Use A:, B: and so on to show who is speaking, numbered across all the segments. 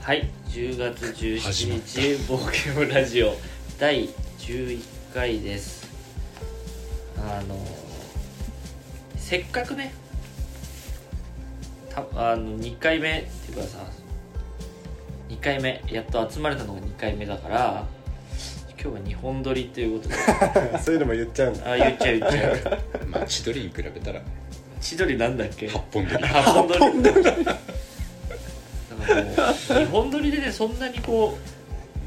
A: はい10月17日冒険ラジオ第11回ですあのせっかくねたあの2回目っていうかさ2回目やっと集まれたのが2回目だから今日は2本撮りということで
B: そういうのも言っちゃうんだ
A: あ言っちゃう言っちゃう
C: まあ千鳥に比べたらね
A: 千鳥なんだっけ
C: 8本で
A: あ本撮りなんかこう日本撮りでねそんなにこ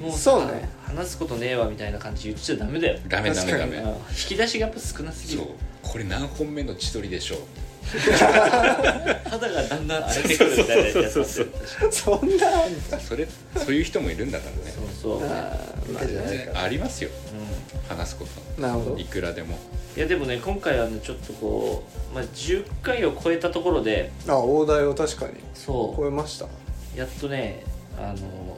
A: うもうさ
B: そうね
A: 話すことねえわみたいな感じで言っちゃダメだよ、
C: ダメダメダ
A: うん
C: メ
A: 引き出しがやっぱ少なすぎ
C: そう
A: る
C: これ何本目の千鳥でしょう
A: 肌がだんだん荒れてくるみたいなやつやってる
B: そんなあん
C: それそういう人もいるんだからね
A: そうそう、うん、い
B: ーわけじゃない
C: 全
B: か
C: 然ありますよ話すこと
B: なるほど
C: いくらでも
A: やでもね今回はねちょっとこう、まあ、10回を超えたところで
B: あ大台を確かに超
A: そ
B: えました
A: うやっとねあの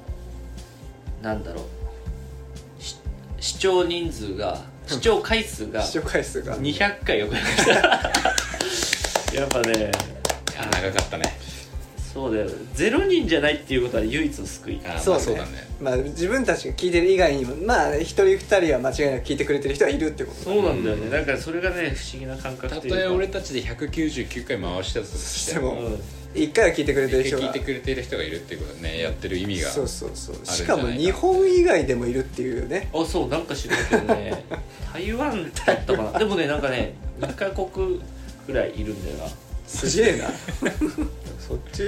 A: なんだろうし視聴人数が視聴回数が
B: 視聴回数が
A: 200回を超えました やっぱね
C: いや長かったね
A: そうだよ0人じゃないっていうことは唯一の救い
C: あーまあ
B: そうね
C: そうだね
B: まあ自分たちが聞いてる以外にもまあ一人二人は間違いなく聞いてくれてる人はいるってこと
A: そうなんだよねだからそれがね不思議な感覚
C: た
A: というか
C: とえ俺たちで199回回したとし
B: してて
C: も
B: も
A: うん
B: 一回は聞いてくれてる人
C: 聞
B: が
C: いてくれてる人がいるっていうことはねやってる意味が
B: そうそうそう
C: ある
B: し
C: んじゃ
B: か
C: ないか
B: も日本以外でもいるっていうね
A: あそうなんか知らんけど ね台湾だったかなでもねなんかね2カ国ぐらいいるんだよな
B: すげえな
D: そっち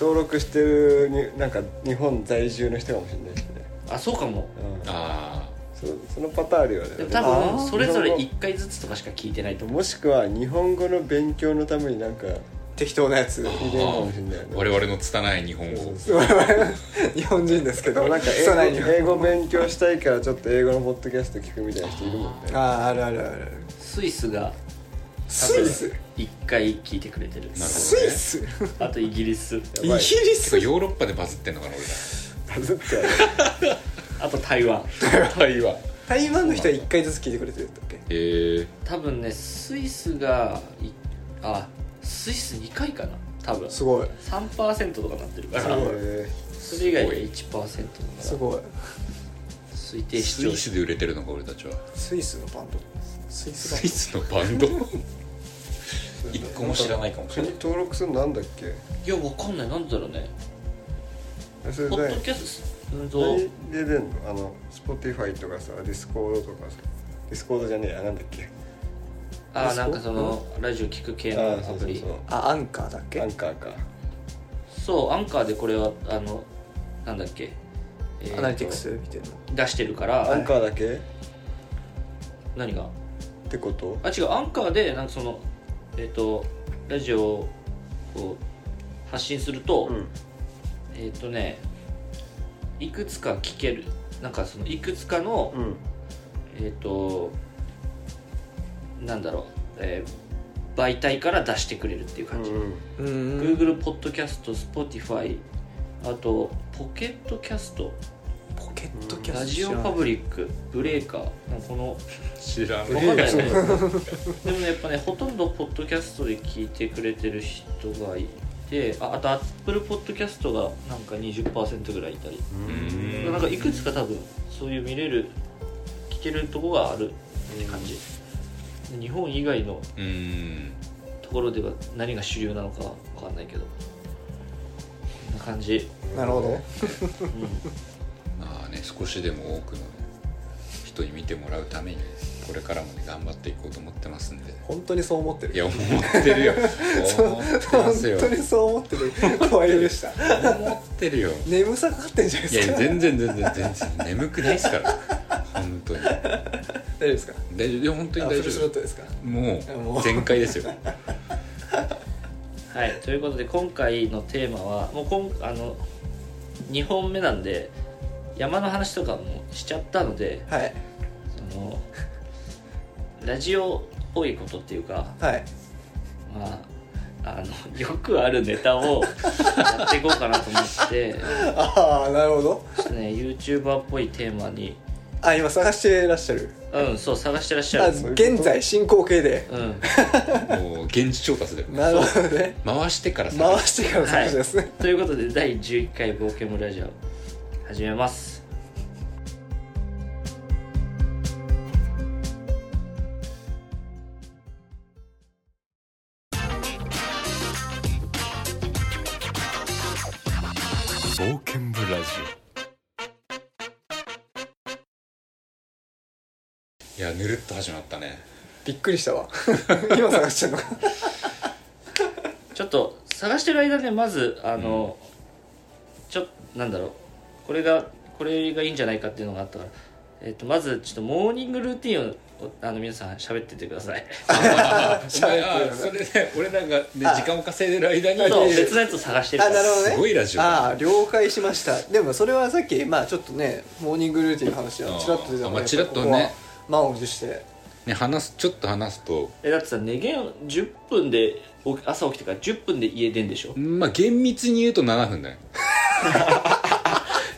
D: 登録してるになんか日本在住の人かもしれないしね、
A: あそうかも
D: うん、
C: あ
D: そそのパターンあるよね
A: でも多
B: あー
A: 分それぞれ1回ずつとかしか聞いてないと思う
D: もしくは日本語の勉強のためになんか
B: 適当なやつ
C: ーあ
D: 入れるかもしれないよ
C: ー
D: ね
C: 我々の拙い日本語
B: 日本人ですけ
D: で
B: ど
D: もなんか英
B: そうない日
D: 語
B: 本
D: 英語勉強したいからちょっと英語のポッドキャスト聞くみたいな人いる もんね
B: あああるあるある
A: スイスが
B: スイス
A: 1回聞いてくれてる
C: なるほ
B: スイス
A: あとイギリス
B: イギ
D: ばい
B: リ
C: 結
B: ス
C: 構ヨーロッパでバズってんのかな俺ら
D: バズってはね
A: あと台湾
C: 台湾
B: 台湾の人は一回ずつ聞いてくれてるんだっけ
C: へえ
A: 多分ねスイスがいあスイス2回かな多分
B: すごい
A: 3%とかなってるか
C: あ
A: ら
C: ら
D: え
A: それ以外で1%だから
B: すごい
A: 推定視
C: ス
A: 聴
C: イスで売れてるのか俺たちは
B: スイスのバンドスイスバン
C: スイスのバンド
D: ー
C: 一個も知らないかもしれ
D: 国
C: ない
D: 登録するのなんだっけ
A: いやわかんないなんだろうね
D: あそれ
A: ポッド
D: で
A: キャストうんと
D: 何で出んのあの Spotify とかさディスコードとかさディスコードじゃねえやなんだっけ
A: あーなんかそのラジオ聞く系の
D: あ
A: ア
D: あそう
A: プ
D: そう
A: リ
D: そ
B: あアンカーだっ
D: うア
B: け
D: ンカーか
A: そうアンカーでこれはあのなんだっけえーと
B: アナリティクスみたいな
A: 出してるから
D: アンカーだけ、
A: 何が
D: ってこと
A: あ違うアンカーでなんかそのえっ、とラジオをこう発信すると、
D: うん
A: えっ、とねいくつか聞けるなんかそのいくつかの、
D: うん
A: えっ、となんだろう、えー媒体から出してくれるっていう感じ、
B: うーん
A: Google ポッドキャスト Spotify あとポケットキャスト
B: ポケットキャスト
A: ラジオファブリックブレーカーこの
C: 知らん
A: 分かんないね でもねやっぱねほとんどポッドキャストで聞いてくれてる人がいてああとアップルポッドキャストがなんか20%ぐらいいたり、
C: うん
A: なんかいくつか多分そういう見れる聞けるとこがあるって感じ、日本以外の
C: うん
A: ところでは何が主流なのかわかんないけどこんな感じ、
B: なるほど
A: うん、
C: まあね少しでも多くのね人に見てもらうためにこれからもね頑張っていこうと思ってますんで
B: 本当にそう思ってる
C: いや思ってるよ思ってま
B: 本
C: すよ
B: 当にそう思ってる怖いでした
C: 思ってるよ
B: 眠さかかってんじゃない
C: い
B: で
C: や
B: すか
C: 全然全然全然眠くないですから本当に
B: 大丈夫ですか
C: 大丈夫いや本当に
B: あ
C: 大
B: フルス
C: 丈
B: ロッ
C: 夫
B: トですか
C: も
B: もう
C: う全開ですよ
A: はい、ということで今回のテーマはもうこんあの2本目なんで山の話とかもしちゃったので
B: はい
A: そのラジオっぽいことっていうか、
B: はい
A: まあ、あのよくあるネタをやっていこうかなと思って
B: ああなるほど
A: ちょっとね YouTuber っぽいテーマに
B: あ今探してらっしゃる
A: うんそう探してらっし
B: あ
A: ゃる
D: そういうこと
B: 現在進行形で
A: うん
C: もう現地調達だよね
B: なるほどね
C: 回してからさ
B: 回してから探しですね、
A: ということで第11回冒険ムラジオ始めます
C: 冒険部ラジオいやぬるっと始まったね
B: びっくりしたわ 今探してるのか
A: ちょっと探してる間でまずあの、ちょっとなんだろうこれがこれがいいんじゃないかっていうのがあったから、えっとまずちょっとモーニングルーティンをあの皆さん喋っててください
C: お前あそれで俺なんかね時間を稼いでる間に
A: そう別のやつを探してる
B: あ
A: から
B: なるほどね
C: すごいラジオ
B: ああ了解しましたでもそれはさっきまあちょっとねモーニングルーティンの話はちらっと出た
C: あー
B: の
C: まあ
B: で
C: ちらっとね
B: ここは満を持して
C: ね話すちょっと話すと
A: えだってさ寝言10分でお朝起きてから10分で家出んでしょ
C: まあ厳密に言うと7分だよ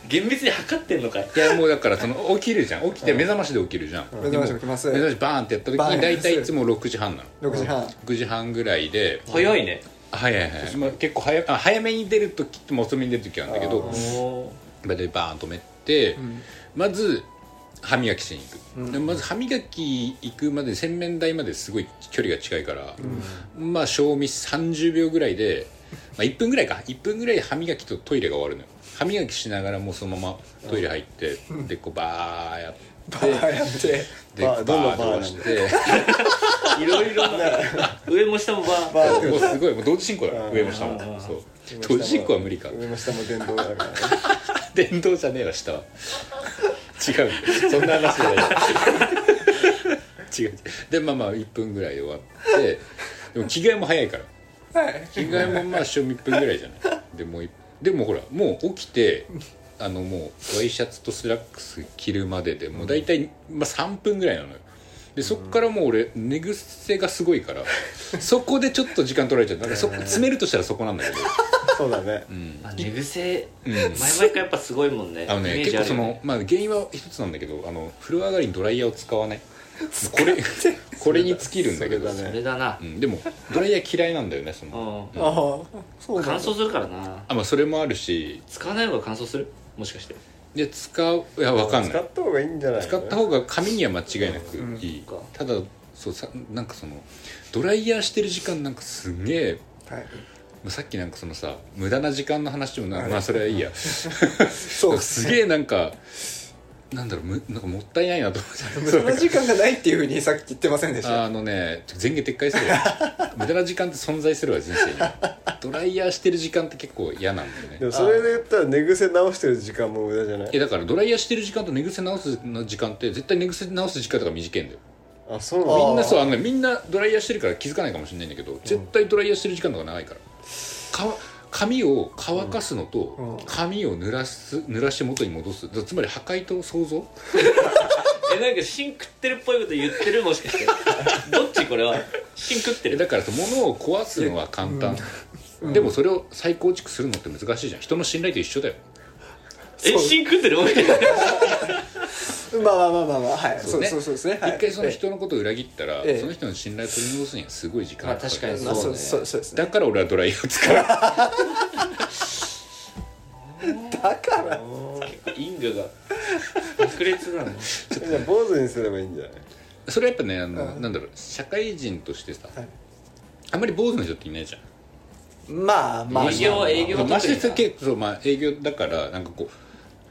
A: 厳密に測ってんのかい
C: い やもうだからその起きるじゃん起きて目覚ましで起きるじゃん、
B: 目覚まし起きます
C: 目覚ましバーンってやった時
B: バーン
C: に大体いつも6時半なの
B: 6時半
C: 6時半ぐらいで
A: 早いね
C: あはいはいはい、まあ、結構早あ早めに出る時とも遅めに出る時あるんだけど
A: お
C: それでバーン止めて、まず歯磨きしに行く、
B: うん
C: でまず歯磨き行くまで洗面台まですごい距離が近いから、まあ賞味30秒ぐらいで、まあ、1分ぐらいか1分ぐらいで歯磨きとトイレが終わるのよ歯磨きしながらもうそのままトイレ入って、でこうバーやって
B: バーやって
C: で
D: バ
C: バ
D: ー
C: ー
D: どんな
C: 伸
D: バーなん
C: ば
D: だ
C: して
A: ーいろいろな上も下もバー
D: バー
C: もうすごいもう同時進行だ
D: う
C: よ
D: ん
C: 上も下も
A: うん
C: そう同時進行は無理か
D: 上も下も電動だ からね
C: 電動じゃねえわ下は違うそんな話じゃない違う違うでまあまあ1分ぐらいで終わってでも着替えも早いから
B: はい
C: 着替えもまあ賞味1分ぐらいじゃないでもういでもほらもう起きてあのもうワイシャツとスラックス着るまででもう大体、まあ、3分ぐらいなのよでそっからもう俺寝癖がすごいからそこでちょっと時間取られちゃうなんかそこ詰めるとしたらそこなんだけど、
D: そうだね
C: うん
A: まあ寝癖
C: うん
A: 前々からやっぱすごいもんね
C: あのね
A: イメー
C: 結
A: ジあ
C: 構
A: る
C: そ
A: よね
C: の、まあ、原因は一つなんだけどあの風呂上がりにドライヤーを使わないこれこれに尽きるんだけど
D: それだね
A: それだな
C: う、ん、でもドライヤー嫌いなんだよねそ
A: うん
C: の、
B: ああそうな
A: 乾
B: んだ
A: 燥するからな
C: あまあ、それもあるし
A: 使わない方が乾燥するもしかして
C: で使ういやわかんな
D: 使
C: い
D: った方がいいんじゃないの
C: 使った方が髪には間違いなくいい、
A: うん
C: ただそうさなんかそのドライヤーしてる時間なんかすんげえ
B: はい
C: まあさっきなんかそのさ無駄な時間の話もなまあそれはいいや
B: そう
C: なんか すげえなんかなんだろうむなんかもったいないなと思 って
B: その時間がないっていうふうにさっき言ってませんでした
C: あのね全言撤回 するわ無駄な時間って存在するわ人生にドライヤーしてる時間って結構嫌なんだよ
D: で
C: ね
D: もそれで言ったら寝癖直してる時間も無駄じゃな
C: え
D: い
C: だからドライヤーしてる時間と寝癖直すの時間って絶対寝癖直す時間とか短いんだよ
D: あそうなん
B: あー
D: だ
C: みんなそうあのねみんなドライヤーしてるから気づかないかもしれないんだけど絶対ドライヤーしてる時間とか長いからか髪を乾かすの
B: うんうん
C: と髪を濡らす濡らして元に戻すだつまり破壊と想像
A: えなんか芯食ってるっぽいこと言ってるもしかしてどっちこれは芯食って
C: え
A: る
C: だからさ物を壊すのは簡単、でもそれを再構築するのって難しいじゃん人の信頼と一緒だよ
A: え
B: そう
A: 芯食ってる俺
B: まあまあまあまあまあはい
C: そ
B: そうう
C: ね
B: そうそうですねはい
C: 一回その人のことを裏切ったら、
B: ええ
C: その人の信頼を取り戻すにはすごい時間
A: まあ
C: がかかる
A: 確かに
B: まあ
A: そ
B: そうう
A: ね
B: そうそうですね
C: だから俺はドライヤーを使う
B: だから
A: 因果が爆裂なの
D: じゃあ坊主にすればいいんじゃない
C: それはやっぱねあの、
B: うん
C: なんだろう社会人としてさ、
B: はい
C: あんまり坊主の人っていないじゃん
B: まあまあ
A: 営業営業は特にな
C: ましてさ結構まあ営業だからなんかこう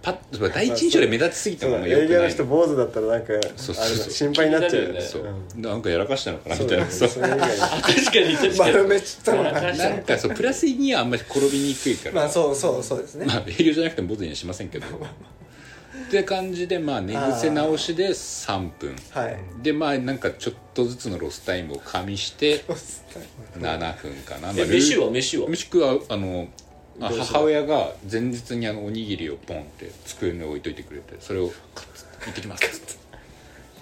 C: パッと第一印象で目立ちすぎた
D: そう
C: の
D: だ
C: が
D: ね
C: よく
D: 営業
C: な
D: の
C: い
D: 人坊主だったらなんかあれだ
C: そうそうそう
D: 心配になっちゃうよね
C: そううんなんかやらかしたのかな
D: そう
C: み
D: だ
C: たい
D: よ
C: な
D: ね
C: そう
D: それ以外
A: 確かに確
D: に
A: かに
B: 丸めちゃったの
A: やら
B: が
A: かし
C: なんかそうプラスにはあんまり転びにくいから、
B: まあそうそうそうですね
C: まあ営業じゃなくても坊主にはしませんけどって感じでまあ寝癖直しで3分
B: はい
C: でまあなんかちょっとずつのロスタイムを加味して
B: そうっすね
C: 7分かな、まあ、
A: え飯は飯は
C: 飯食はあの
A: ど
C: あ
A: うする
C: 母親が前日にあのおにぎりをポンって机に置いといてくれてそれをカッツ行ってきますっつっ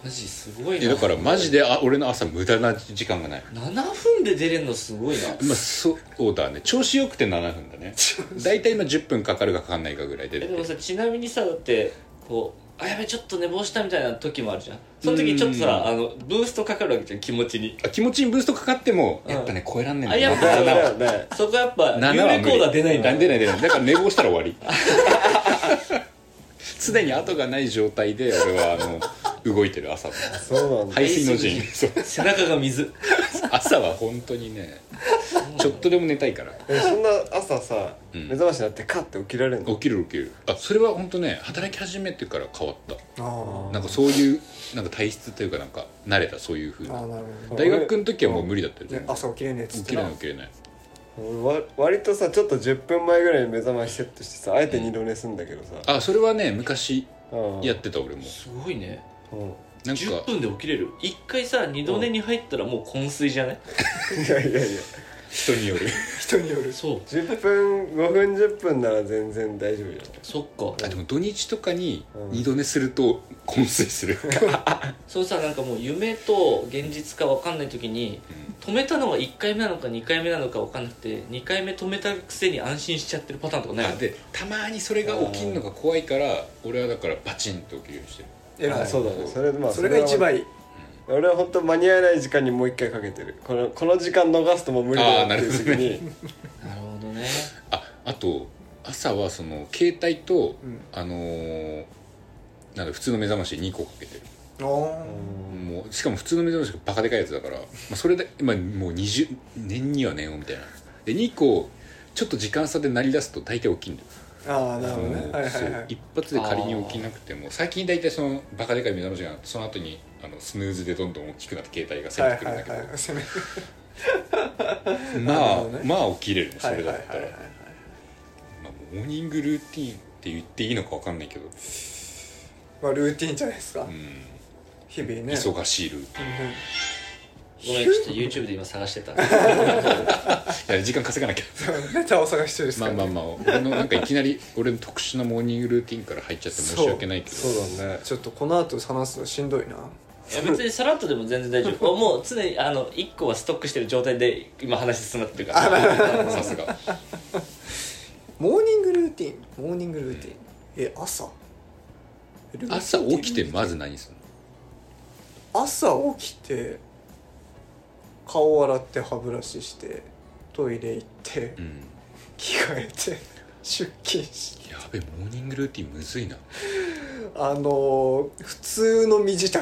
A: マジすごい
C: て
A: な
C: だからマジであ俺の朝無駄な時間がない
A: 7分で出れんのすごいな
C: まあそうだね調子よくて7分だね大体今10分かかるかかかんないかぐらいで
A: えでもさちなみにさだってこうあやべちょっと寝坊したみたいな時もあるじゃんその時ちょっとさあのブーストかかるわけじゃん気持ちに
C: あ気持ちにブーストかかっても
A: うん
C: やっぱね超えらんねえん
A: あ
C: だ
A: やっぱ
D: だよ
A: そう
D: ね
A: だ
D: だよね
A: そこやっぱ有
C: 7は
A: レ
C: 無
A: コ
C: 理
A: ーダー出ないんだ
C: 出ない出ないだから寝坊したら終 わり常に後がない状態で俺はあの動いてる朝も
D: そうなんだ
C: 排水の陣そう
A: 背中が水
C: 朝は本当にねちょっとでも寝たいから
D: えそんな朝さ
C: うん
D: 目覚ましになってカッて起きられる
C: 起
D: の
C: きる起きるあそれは本当ね働き始めてから変わった
B: あ
C: なんかそういうなんか体質というかなんか慣れたそういう風
B: ーあー
C: な
B: なるほど
C: 大学の時はもう無理だったよ
B: ね
C: ね
B: 朝起きれねえっつ
C: 起
B: って
C: きれ
B: な
C: ない起きれない
D: 俺わ割とさちょっと10分前ぐらいに目覚ましセットしてさあえて二度寝すんだけどさ
C: あそれはね昔
D: うん
C: やってた俺も
A: すごいね
D: うん
C: なんか
A: 10分で起きれる一回さ二度寝に入ったらもう昏睡じゃない
D: いやいやいや
C: 人による
B: 人による
A: そう
D: 10分5分10分なら全然大丈夫じゃ
A: そっか
C: あでも土日とかに
D: うん
C: 二度寝すると昏睡する
A: そうさなんかもう夢と現実か分かんない時に止めたのが1回目なのか2回目なのか分かんなくて2回目止めたくせに安心しちゃってるパターンとかない
C: あでたまにそれが起きるのが怖いから俺はだからパチンと起きるようにしてる
D: ん
B: 偉
D: あ
B: い
D: そうだねそれ,、まあ、
B: それが一番いい
D: 俺は本当間に合わない時間にもう一回かけてるこのこの時間逃すともう無理だなっていう時
C: あーな
D: に、
A: なるほどね
C: ああと朝はその携帯と、
B: うん
C: あのーなんだ普通の目覚まし2個かけてる、
B: あ
C: もうしかも普通の目覚ましがバカでかいやつだから、まあ、それで、まあ、もう20年には年をみたいなで2個ちょっと時間差で鳴り出すと大体起きんだよ
B: ーあーなるほどね
C: もう
B: はいは
C: そ
B: いうはい
C: 一発で仮に起きなくても最近大体そのバカでかい目覚ましがその後にあのスヌーズでどんどん大きくなって携帯が攻
B: は
C: め
B: い
C: てくるんだけど、
B: はいはい攻め
C: ま
B: なる
C: あ、
B: ほどね
C: まあ起きれるねそ
B: はい
C: れ
B: は
C: だ
B: い
C: っ
B: はい
C: たら、まあ、モーニングルーティーンって言っていいのかわかんないけど、
B: まあルーティンじゃないですか
C: うん、
B: 日々ね
C: 忙しいルーテ
A: ごめんちょっと YouTube で今探してた
C: ィーンいや時間稼がなきゃ
B: うん ネタを探してるですか
C: まあ
B: らね
C: まあまあ俺のなんかいきなり俺の特殊なモーニングルーティーンから入っちゃって申し訳ないけど
D: そうだね
B: ちょっとこの後話すのしんどいない
A: や別にさらっとでも全然大丈 夫もう常にあの1個はストックしてる状態で今話進まってるから
C: さすが
B: モーニングルーティンモーニングルーティンえ朝ルーティン
C: 朝起きてまず何する
B: 朝起きて顔洗って歯ブラシしてトイレ行って
C: の、うん
B: 着替えて出勤し
C: やべモーニングルーティーンむずいな
B: あのー普通の身支度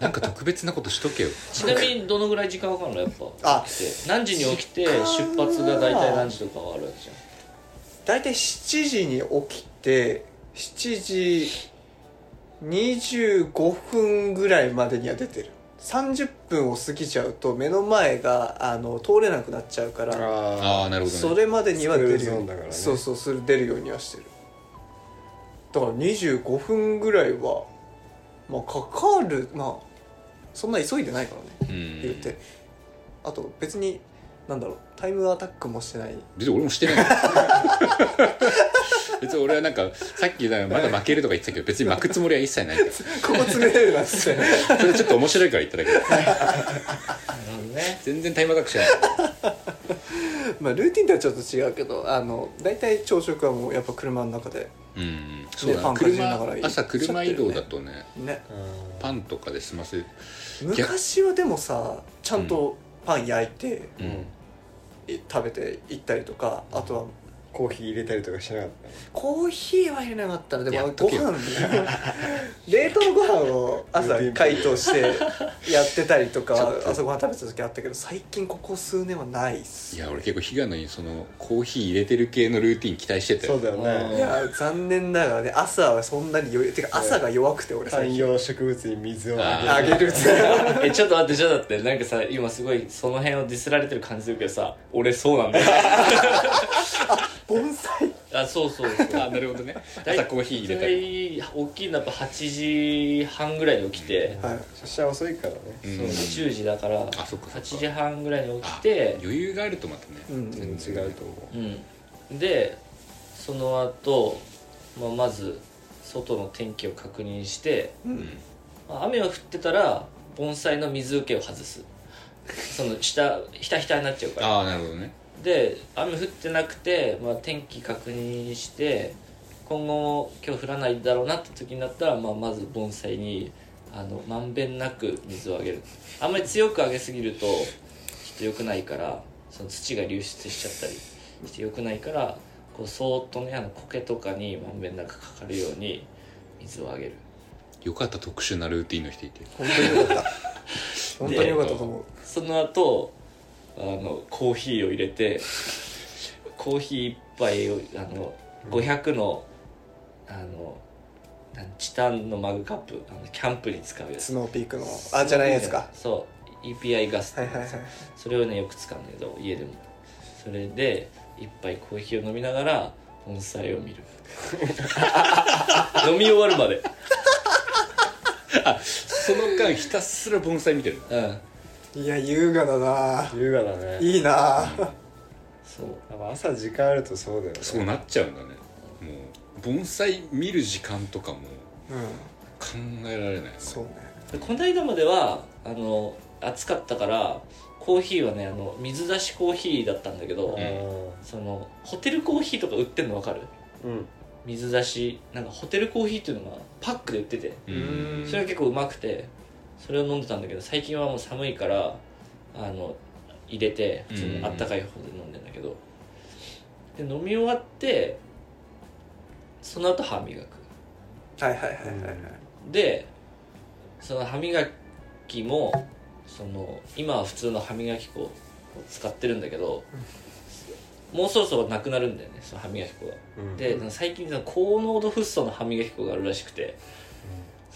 C: なんか特別なことしと けよ
A: ちなみにどのぐらい時間かかるのやっぱ
B: あ
A: 起きて何時に起きて出
B: 時間は
A: 発が大体何時とかはあるわけじゃん
B: 大体7時に起きて7時25分ぐらいまでには出てる30分を過ぎちゃうと目の前があの通れなくなっちゃう から
C: ああなるほどね
B: それまでには出る
D: スクー
B: よ
D: ルゾー
B: う
D: ン
B: に、
D: だからね
B: そうそうそれ出るようにはしてるだから25分ぐらいはまあかかるまあそんな急いでないからね
C: うん
B: 言ってあと別になんだろうタイムアタックもして ない
C: 別に俺もしてない 別に俺はなんかさっきだまだ負けるとか言ってたけど別に負くつもりは一切ないからそ
B: ここ詰めれるなって
C: れちょっと面白いから言っただけど
A: なるほどね
C: 全然タイムアタックしない
B: まあルーティンとはちょっと違うけどあの大体朝食はもうやっぱ車の中で
C: うんそうだ
B: パ
C: な
B: ンかじり
C: 車
B: ながらいい
C: 朝車移動だとね
B: ね
C: パンとかで済ませる
B: 昔はでもさちゃんとパン焼いて
C: うん、
B: い食べて行ったりとかあとは
D: コーヒー入れたりとかしなかっ
B: コーヒーは入れなかったらで
C: や
B: も
C: っと
B: ご
C: けよ
B: 飯 冷凍のご飯を朝解凍してやってたりと か
C: ちょっと
B: 朝ご飯食べてた時あったけど最近ここ数年はないっす
C: い
B: い
C: や俺結構悲願のにそのコーヒー入れてる系のルーティン期待して
D: た
C: た
D: そ
C: よ
D: うだよ
A: うん
D: ね
B: や残念ながらね朝はそんなに余裕てか朝が弱くて俺
D: 観
B: 最近
D: 葉植物に水を
B: あ
D: あげ
B: げ
D: る
B: るっつっ て
A: えちょっと待ってちょっと待ってなんかさ今すごいその辺をディスられてる感じするけどさ俺そうなんだ よ
B: 盆栽
A: あそうそうそう
C: あなるほどね 朝コーヒー入れたり
A: 大体大きいのやっぱ8時半ぐらいに起きて、
B: はい
D: 出社遅いからね
C: うん
A: そう10時だから
C: あそっかそっか
A: 8時半ぐらいに起きて
C: 余裕があるとまたね、
B: うん
D: 全然違うと思
A: うんでその後、まあまず外の天気を確認して
B: う
C: うん
B: ん
A: まあ雨が降ってたら盆栽の水受けを外すその下ひたひたになっちゃうから
C: ああなるほどね
A: で雨降ってなくて、まあ、天気確認して今後も今日降らないだろうなって時になったら、まあ、まず盆栽にあのまんべんなく水をあげるあんまり強くあげすぎるとちょっと良くないからその土が流出しちゃったりして良くないからこうそーっとねあの苔とかにまんべんなくかかるように水をあげる
C: よかった特殊なルーティンの人いて
B: 本当によ かった本当によかったと思う
A: その後あのコーヒーを入れて コーヒー一杯をあの500のあのなんチタンのマグカップあのキャンプに使うや
B: ス
A: つ
B: ノーピークのあじゃないやつか
A: そう EPI ガスって
B: はい
A: や
B: はいはい
A: つそれをねよく使うんだけど家でもそれで一杯コーヒーを飲みながら盆栽を見 る飲み終わるまで
C: その間ひたすら盆栽見てるの
A: うん
B: いや優雅だな
D: 優雅だね
B: いいな
A: そう
D: やっぱ朝時間あるとそうだよね
C: そうなっちゃうんだねもう盆栽見る時間とかも
B: うん
C: 考えられない
B: そうね
A: でこの間まではあの暑かったからコーヒーはねあの水出しコーヒーだったんだけど、
C: う
A: そのホテルコーヒーとか売ってんの分かる
D: うん
A: 水出しなんかホテルコーヒーっていうのがパックで売ってて
C: う
B: うん
C: ん
A: それが結構うまくてそれを飲んでたんだけど最近はもう寒いからあの入れて普通にあったかい方で飲んでんだけど、で飲み終わってその後歯磨く
B: はいはいはいはいはい
A: でその歯磨きもその今は普通の歯磨き粉を使ってるんだけど、もうそろそろなくなるんだよねその歯磨き粉が、
D: うん
A: でなんか最近その高濃度フッ素の歯磨き粉があるらしくて、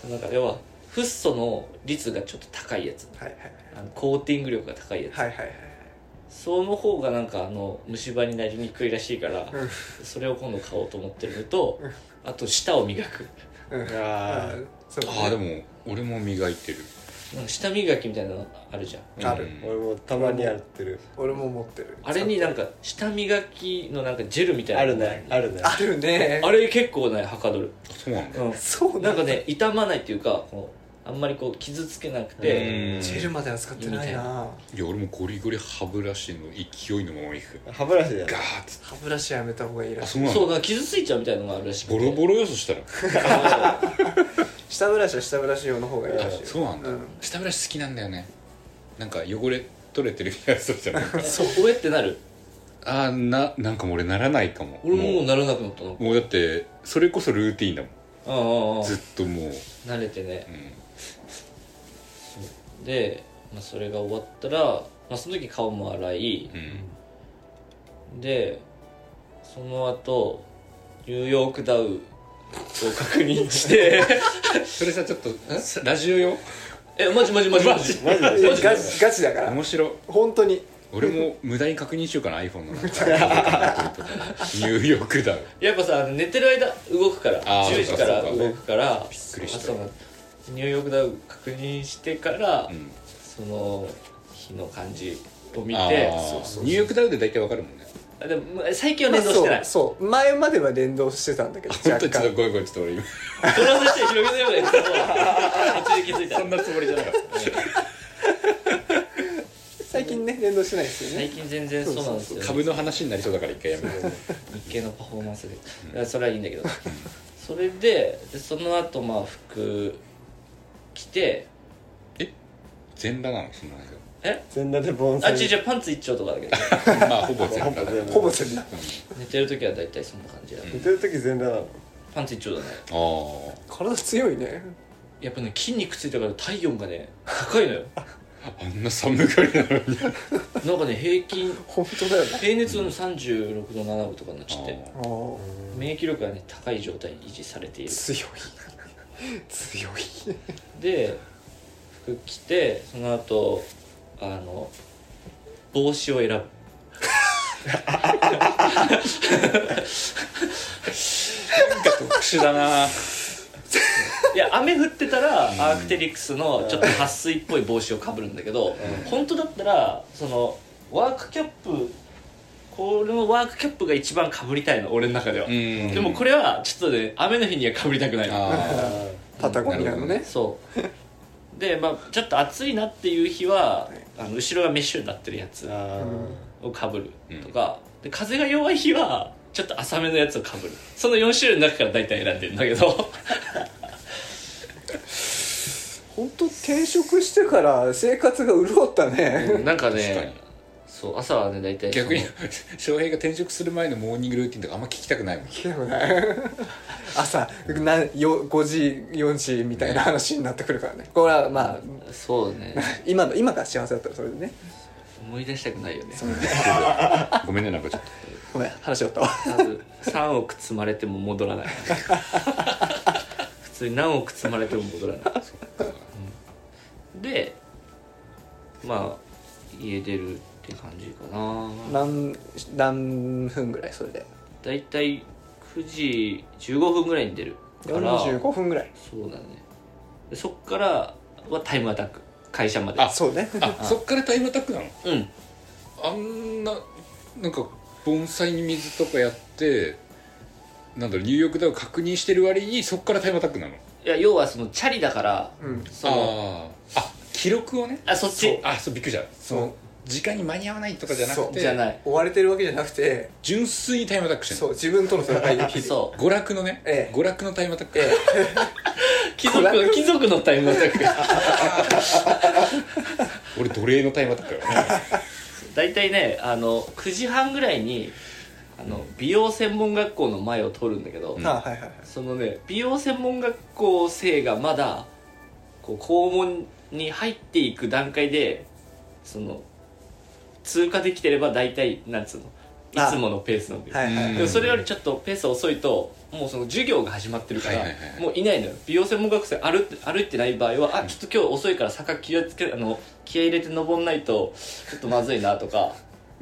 A: そのなんか要はフッ素の率がちょっと高いやつ
B: はい
A: あのコーティング力が高いやつ、
B: はいはいはい
A: その方がなんかあの虫歯になりにくいらしいから、
B: うん
A: それを今度買おうと思ってるのと、あと舌を磨く
B: うん
D: あー
B: うんそう
C: ああで
B: ね
C: も俺も磨いてる
A: なんか舌磨きみたいなのあるじゃん
B: ある
C: うん
D: 俺もたまにやってる
B: 俺も持ってる
A: あれになんか舌磨きのなんかジェルみたいな
D: あるねあるね
B: あるね
A: あれ結構ねはかどる、
C: そうなんだ
A: う、
B: そうん
A: な
B: なんん
A: か
B: か
A: ね傷まないっていうかこうあんまりこう傷つけなくて
C: うん
B: ジェルまでは使ってない
A: いい
B: ない
C: や俺もゴリゴリ歯ブラシの勢いのままいく
D: 歯ブラシだよ
C: ガーッつっ
B: 歯ブラシやめた方がいい
C: て
B: ら
C: あ
B: しい
C: そうなん
A: そう
C: だ
A: なんか傷ついちゃうみたいなのがあるらしくて
C: ボロボロよそしたら
B: 下ブラシは下ブラシ用の方がいいらしい
C: そうなんだ
B: うん
C: 下ブラシ好きなんだよねなんか汚れ取れてる気がするじゃない
A: そうそう上ってなる
C: ああななんかもう俺ならないかも
A: 俺ももう
C: も
A: ならなくなったの
C: うもうだってそれこそルーティンだも
A: ああ
C: ん
A: あ
C: ずっともう、
A: あ慣れてね
C: う
A: で、まあ、それが終わったら、まあ、その時顔も洗い
C: んうん、
A: でその後ニューヨークダウを確認して
C: それさちょっとさラジオよ
A: えマジマジマジマジ
D: マジ
B: い
D: で
B: や ガチガチだから
C: 面白い
B: 本当に
C: 俺も無駄に確認しようかな iPhone のなんか ニューヨークダウ
A: やっぱさあの寝てる間動くから
C: あー
A: 10時から
C: そうかそうか
A: 動くからびっ
C: くりした
A: ニューヨークダウン確認してから、
C: うん
A: その日の感じを見
C: あ
A: て
C: ー
B: そうそう
C: ニューヨークダウで大体わかるもんね
A: あでも最近は連動してない、そ
B: そうそう前までは連動してたんだけど
C: 本当
B: 若
C: にちょっと
B: 干
C: ごめんごめんちょっと俺今
A: の話は広げない方がいい途中で気づいた
C: そんなつもりじゃなかった
B: 最近ね連動してないですよね
A: 最近全然そうなんですよ、
C: 株の話になりそうだから一回やめよ
A: 日系のパフォーマンスで、いやそれはいいんだけどそれででその後まあ服着て
C: 全裸なのそんな話
A: え
D: 全裸で盆
A: あ違
D: 栽
A: う違うパンツ一丁とかだ けど
C: まあほぼ全
D: ほぼ
C: 裸だ
D: 全
C: ね
D: 部
B: ほぼ全裸
A: 寝てる時は大体そんな感じだ、
D: 寝てる時全裸なの
A: パンツ一丁だね
C: あー
B: 体強いね
A: やっぱね筋肉ついたから体温がね高いのよ
C: あんな寒がりなのに
A: なんかね平均
B: 本当だよね
A: 平熱の36度7分とかになっちゃって
C: あ
B: あー
A: 免疫力がね高い状態に維持されている
B: 強い強い
A: で服着てその後あの帽子を選ぶ
C: ー特殊だない
A: や雨降ってたらアークテリクスのちょっと撥水っぽい帽子をかぶるんだけど、本当だったらそのワークキャップこれのワークキャップが一番かぶりたいの俺の中では、
C: うん
A: でもこれはちょっとね雨の日にはかぶりたくないの
C: あ
D: あ
B: パタゴニアのね
A: そうでまあちょっと暑いなっていう日は、あの後ろがメッシュになってるやつ
D: ーあー
A: をかぶるとか、で風が弱い日は
E: ちょっと浅めのやつをかぶるその4種類の中から大体選んでるんだけど
B: 本当転職してから生活が潤ったね
A: なんか
C: 確か
A: ね
C: に
A: そう朝はね大体
C: 逆に
A: その
C: 翔平が転職する前のモーニングルーティンとかあんま聞きたくないもん
B: でもね朝なよ5時4時みたいな話になってくるからねこれはまあ
A: そうね
B: 今の今が幸せだったらそれでね
A: 思い出したくないよね
C: ごめんねなんかちょっ
B: ごめん話しよったわ
A: 多分3億積まれても戻らない 普通に何億積まれても戻らないうんでまあ家出るって感じかな
B: 何何分ぐらいそれで
A: だいたい9時15分ぐらいに出るから
B: 45分ぐらい
A: そうだねでそっからはタイムアタック会社まで
C: あ
B: そうね
C: とあそっからタイムアタックなの
A: うん
C: あんななんか盆栽に水とかやってなんだろう入浴だを確認してる割にそっからタイムアタックなの
A: いや要はそのチャリだから
B: うん
A: その
C: あーあ記録をね
A: あそっ
C: そう
A: ち
C: あそうびっくりしたそ
B: そう
C: の時間に間に合わないとかじゃな
B: そ
C: く
B: う
C: て
A: じゃない
B: 追われてるわけじゃなくて
C: 純粋にタイムアタックしてる
B: そう自分との戦い日々
A: そう
C: 娯楽のね、
B: ええ
C: 娯楽のタイムアタック、
B: え
E: 貴
B: これ
E: 族貴族のタイムアタック
C: 俺奴隷のタイムアタックだよね
A: 大体ねあの9時半ぐらいにあの美容専門学校の前を通るんだけど、
B: えあはいはいはい
A: そのね美容専門学校生がまだこう校門に入っていく段階でその通過できてれば大体なんつうの
B: あ
A: いつものペースなんだよ、
B: はいは
C: うん
B: い
A: でもそれよりちょっとペース遅いともうその授業が始まってるから、
C: はいはいはい
A: もういないのよ美容専門学生歩いて歩いてない場合はあちょっと今日遅いから坂気をつけあの気合い入れて登んないとちょっとまずいなとか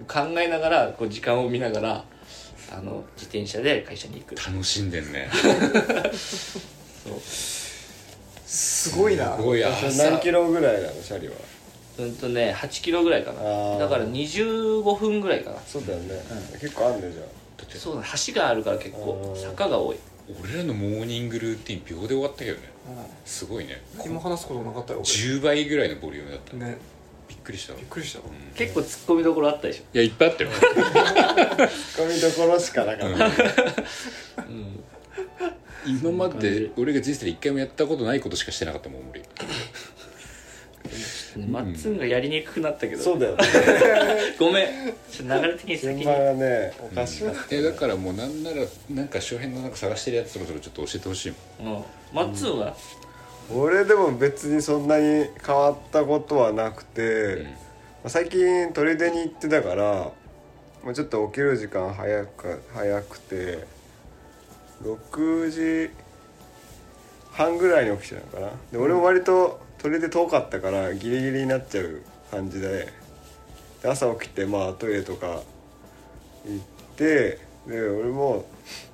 A: 考えながらこう時間を見ながらあの自転車で会社に行く
C: 楽しんでんね
B: すごいな
C: すごい
D: それ
C: 朝
D: 何キロぐらいなのシャリは
A: うんとね8キロぐらいかな
D: あー
A: だから25分ぐらいかな
D: そうだよね、結構あんねじゃあ
A: そうだね橋があるから結構
D: あー
A: 坂が多い
C: 俺らのモーニングルーティン秒で終わったけどねすごいね
B: 今話すことなかったよ
C: 10倍ぐらいのボリュームだった
B: 俺ね
C: びっくりしたわ
B: びっくりしたわ
A: 結構突っ込みどころあったでしょ
C: いやいっぱいあったよ
D: ツッコミどころしかな かった、
C: 今まで俺が人生で一回もやったことないことしかしてなかったもん俺
A: マッツンがやりにくくなったけど
D: そうだよね
A: ごめんちょっと流れ的に先
D: 現
A: に
D: 場がねおかしかった、
C: えだからもうなんならなんか周辺のなんか探してるやつそろそろちょっと教えてほしいもん
A: うんマッツンは
D: 俺でも別にそんなに変わったことはなくて、まあ最近トレデに行ってたから、まあ、ちょっと起きる時間早く早くて6時半ぐらいに起きちゃうのかなで俺も割とトレで遠かったからギリギリになっちゃう感じでで朝起きてまあトイレとか行ってで俺も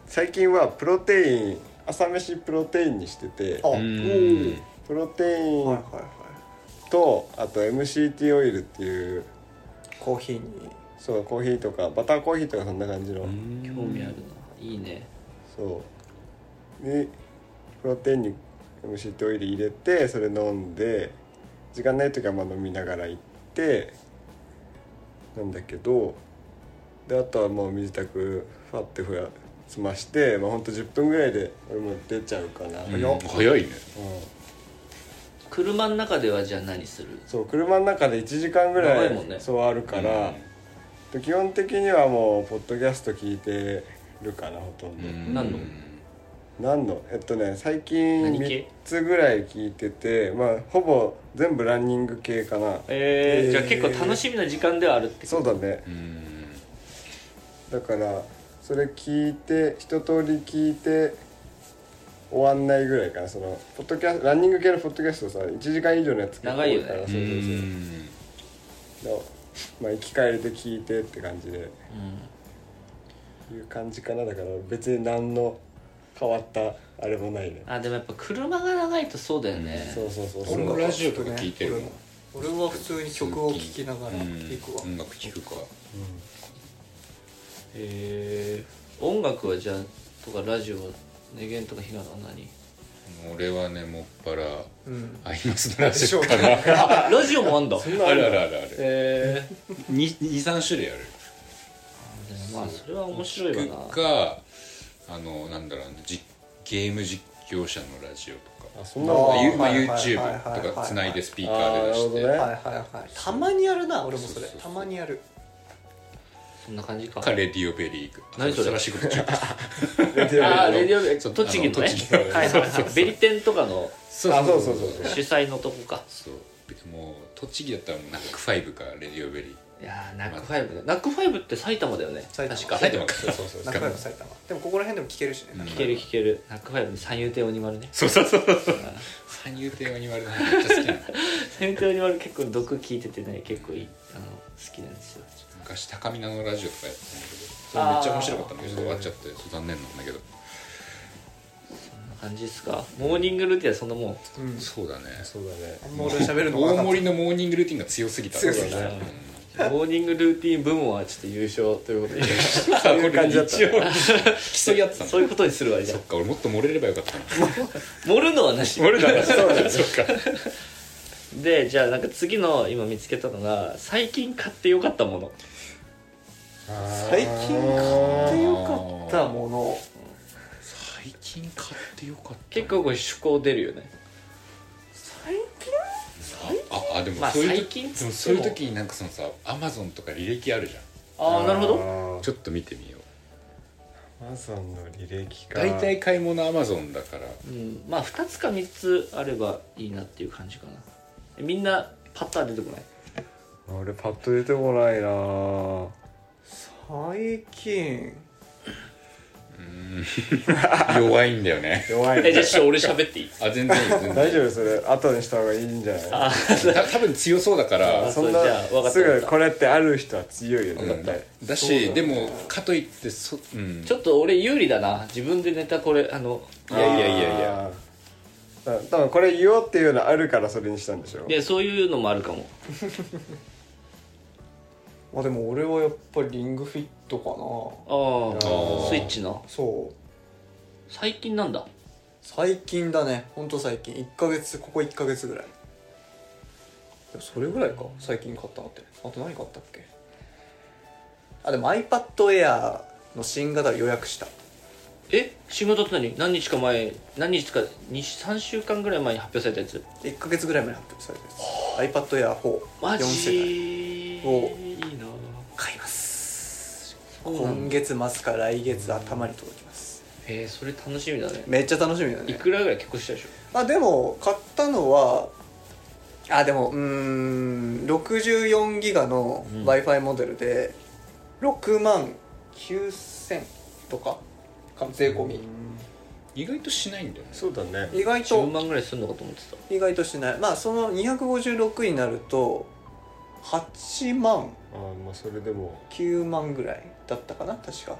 D: 最近はプロテイン朝飯プロテインにしてて
B: あおお
C: ーん
D: プロテイ
B: はいはい
D: ン
B: はい
D: とあと MCT オイルっていう
B: コーヒーに
D: そうコーヒーとかバターコーヒーとかそんな感じの
A: 興味あるないいね
D: そうにプロテインに MCT オイル入れてそれ飲んで時間ない時はまあ飲みながら行ってなんだけどであとはもう身支度ファッてふや済ましてまあほんと10分ぐらいで俺も出ちゃうかな、
C: う
D: うん
C: ん早いね
A: 車の中ではじゃあ何する
D: そう車の中で1時間ぐら
A: 長
D: い
A: いもんね
D: そうあるから、で基本的にはもうポッドキャスト聞いてるかなほとんど、
C: うん
A: 何の
D: 何のえっとね最近
A: 何系
D: 3つぐらい聞いててまあほぼ全部ランニング系かな
A: えー、
B: えー
A: じゃあ結構楽しみな時間ではあるって
D: そうだね
C: うん
D: だからそれ聞いて一通り聞いて終わんないぐらいかなそのポッドキャストランニング系のポッドキャストさ1時間以上のやつ
A: 長いよね
D: から
C: う
D: そうそうそう
C: ん
D: だからまあ生き返りで聞いてって感じで
A: うん
D: いう感じかなだから別に何の変わったあれもないね
A: あでもやっぱ車が長いとそうだよね
D: そうそうそうそう
C: 俺もラジオとか聞いてるもん
B: 俺は普通に曲を聴きながら
C: うん
B: 行くわ
C: 音楽聴くか
A: へえ音楽はじゃあとかラジオは音源とかひなのは 何
C: 俺はねもっぱら
B: うん
C: アイマスのラジオかなあ
A: あラジオもあんだ
C: るあるあるある
A: え
C: 23種類ある
A: でもまあそれは面白いわな
C: かあのなんだろうねじゲーム実況者のラジオとか
D: あそん
B: ん
D: な
B: なの
D: の
B: あー
C: ゆまあ
B: はいはいはい
C: YouTube とかつないでスピーカーで出して、
D: あーなるほどね
B: はいはいはいたまにやるな俺もそれたまにやる
A: そんな感じか
C: かレディオベリーグ
A: 何それ
C: らしいこと中
A: ああレディオベ
C: そう
A: 栃木のね
C: あの栃木のね
A: はいはいはいベリテンとかの
C: そう
D: あそうそうそうそう
A: 主催のとこか
C: そうもう栃木だったらもうナックファイブかレディオベリー
A: いやーナックファイブだナックファイブって埼玉だよね
B: 埼
A: 確
B: 玉
A: か
C: 埼玉か
D: そうそうそう
B: 中山埼玉でもここら辺でも聞けるしね
A: 聞ける聞けるナックファイブに三遊亭鬼丸ね
C: そうそうそう三遊亭は言われないめっちゃ好きなの
A: 三遊亭鬼丸結構毒聞いててね結構いいあの好きなんですよ
C: 昔高見菜のラジオとかやってたんだけどそれめっちゃ面白かったんだけどちょっと終わっちゃってそう残念なんだけど
A: こんな感じですかモーニングルーティンはそんなもん
B: うん
C: そうだね
D: そうだね
B: あんま俺喋るの
C: 大
B: なかっ
C: 盛りのモーニングルーティンが強すぎた
B: 強すぎ
A: た
C: うん
A: モーニングルーティン部門はちょっと優勝ということで
C: そう
D: いう感じだった
C: これ一応競い合ってたの
A: そういうことにするわじゃ
C: そっか俺もっと盛れればよかったな
A: あ盛るのはなし
C: 盛るならそうだ そっか
A: でじゃあなんか次の今見つけたのが最近買ってよかったもの
B: 最近買ってよかったもの
C: 最近買ってよかった
A: 結構これ趣向出るよね
B: 最近
C: ああでも
A: まあ
C: そういう
A: 最
C: 時
A: 近っつって
C: で
A: も
C: もそういう時になんかそのさアマゾンとか履歴あるじゃ
A: ああなるほど
D: ど
C: んちょっと見てみよう
D: マさんの履歴か
C: 大体買い物アマゾンだから
A: うんまあ2つか3つあればいいなっていう感じかなみんなパッとは出てこない
D: 俺パッと出てこないなぁ
B: 最近
C: 弱いんだよね
D: 弱い
E: えじゃ
D: ね
E: あちょっと俺喋っていい
C: あ全然いいよ全然い
D: 大
C: い
D: 丈夫それ後にした方がいいんじゃない
C: た多分強そうだから
A: あ
D: そん
A: そうじゃあ分か
D: な
A: った
D: すぐこれってある人は強いよね
C: う
D: 絶
C: ん
D: 対
C: だしでもかといってそうん
A: ちょっと俺有利だな自分でネタこれあの
C: いやいやいやいや
D: あーだ多分これ言おうっていうのあるからそれにしたんでしょ
A: でそういうのもあるかも
B: まあでも俺はやっぱりリングフィットか
A: あ
C: あー
A: あスイッチの
B: なそう
A: 最近なんだ
B: 最近だねほんと最近1ヶ月ここ1ヶ月ぐらいでもそれぐらいか最近買ったのってあと何買ったっけあでも iPadAir の新型を予約した
A: え仕事って何何日か前何日か3週間ぐらい前に発表されたやつ
B: 1ヶ月ぐらい前に発表されたやつ iPadAir44
A: マジ
B: 世代お
A: いいな
B: 買います
A: うなんだ
B: 今月末か来月頭に届きます
A: えー、それ楽しみだね
B: めっちゃ楽しみだ
A: い
B: ね
A: くらぐらい結構したでしょ
B: あでも買ったのはあでもうーん64ギガの
A: うん
B: w i f i モデルで6万9000とかか税込み、
C: 意外としないんだよね
D: そうだね
B: 意外
A: 10
B: と
A: 万ぐらいすんのかと思って
B: 意外としないまあその256になると8万
D: あーまあそれでも
B: 9万ぐらいだったかな確か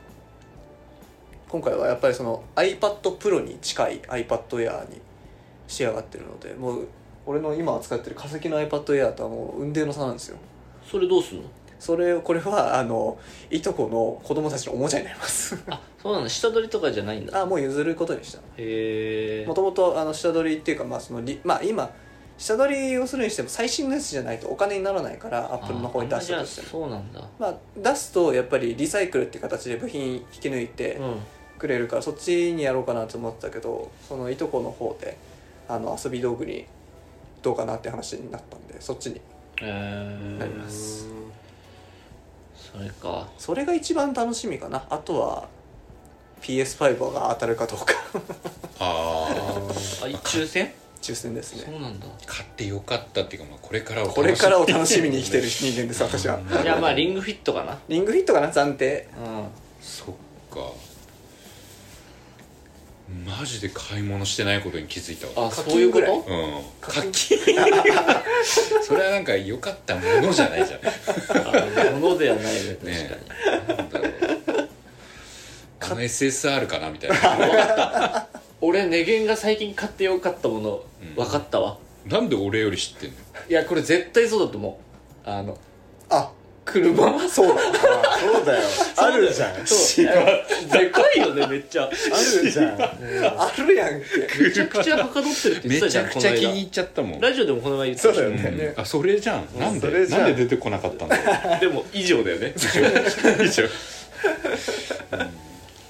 B: 今回はやっぱりその iPadPro に近い iPadAir に仕上がってるのでもう俺の今扱ってる化石の iPadAir とはもう雲泥の差なんですよ
A: たそれどうすんの
B: それこれはあのいとこの子供たちのおもちゃになります
A: あそうなの下取りとかじゃないんだ
B: あもう譲ることにした
A: へえ
B: もともとあの下取りっていうかまあそのリまあ今下取りをするにしても最新のやつじゃないとお金にならないからアップルの方に出したとしても
A: そうなんだ
B: まあ、出すとやっぱりリサイクルって形で部品引き抜いて
A: うん
B: くれるから、そっちにやろうかなと思ってたけどそのいとこの方であの遊び道具にどうかなって話になったんでそっちに
A: えー
B: なります
A: それか
B: それが一番楽しみかなあとは PS5 が当たるかど うか
C: ああ
A: あ抽選
B: 抽選です
A: そ
B: ね
A: うなんだ
C: 買ってよかったっていうかまあこれからを楽し
B: これからを楽しみに生きてる人間です私は
A: じゃあまあリングフィットかな
B: リングフィットかな暫定
A: うん
C: そっかマジで買い物してないことに気づいたわ
A: あ
B: 課金
A: そういうこ
B: ぐらい
A: と
C: うん課金 それはなんか良かったものじゃないじゃん
A: あものではないね確かに、
C: ねなんだろうあの SSR かなみたいな
A: 俺ネゲンが最近買ってよかったもの
C: うん
A: 分かったわ、
C: なんで俺より知ってんの
A: いやこれ絶対そうだと思うあの
B: あ
A: 車
B: そうだ
D: あーそうだよあるじゃんあ
A: そうでかいよねめっちゃ
D: るじゃん
B: あるやんけ
A: めちゃくちゃはかどってるって言
C: め
A: ってた
C: ち
A: じゃ
C: ゃ
A: ん
C: く
A: こ
C: ち
A: の
C: ゃ気に入
A: 間
C: っちゃったもん
A: ラジオでもこの前言って
D: そ
A: た
D: うだ
A: じ
D: よね
C: うんあそれじゃんなん
D: そ
C: で
D: れじゃ ん
C: なんで出てこなかったんだよ
A: ゃんでも以上だよね
C: 以上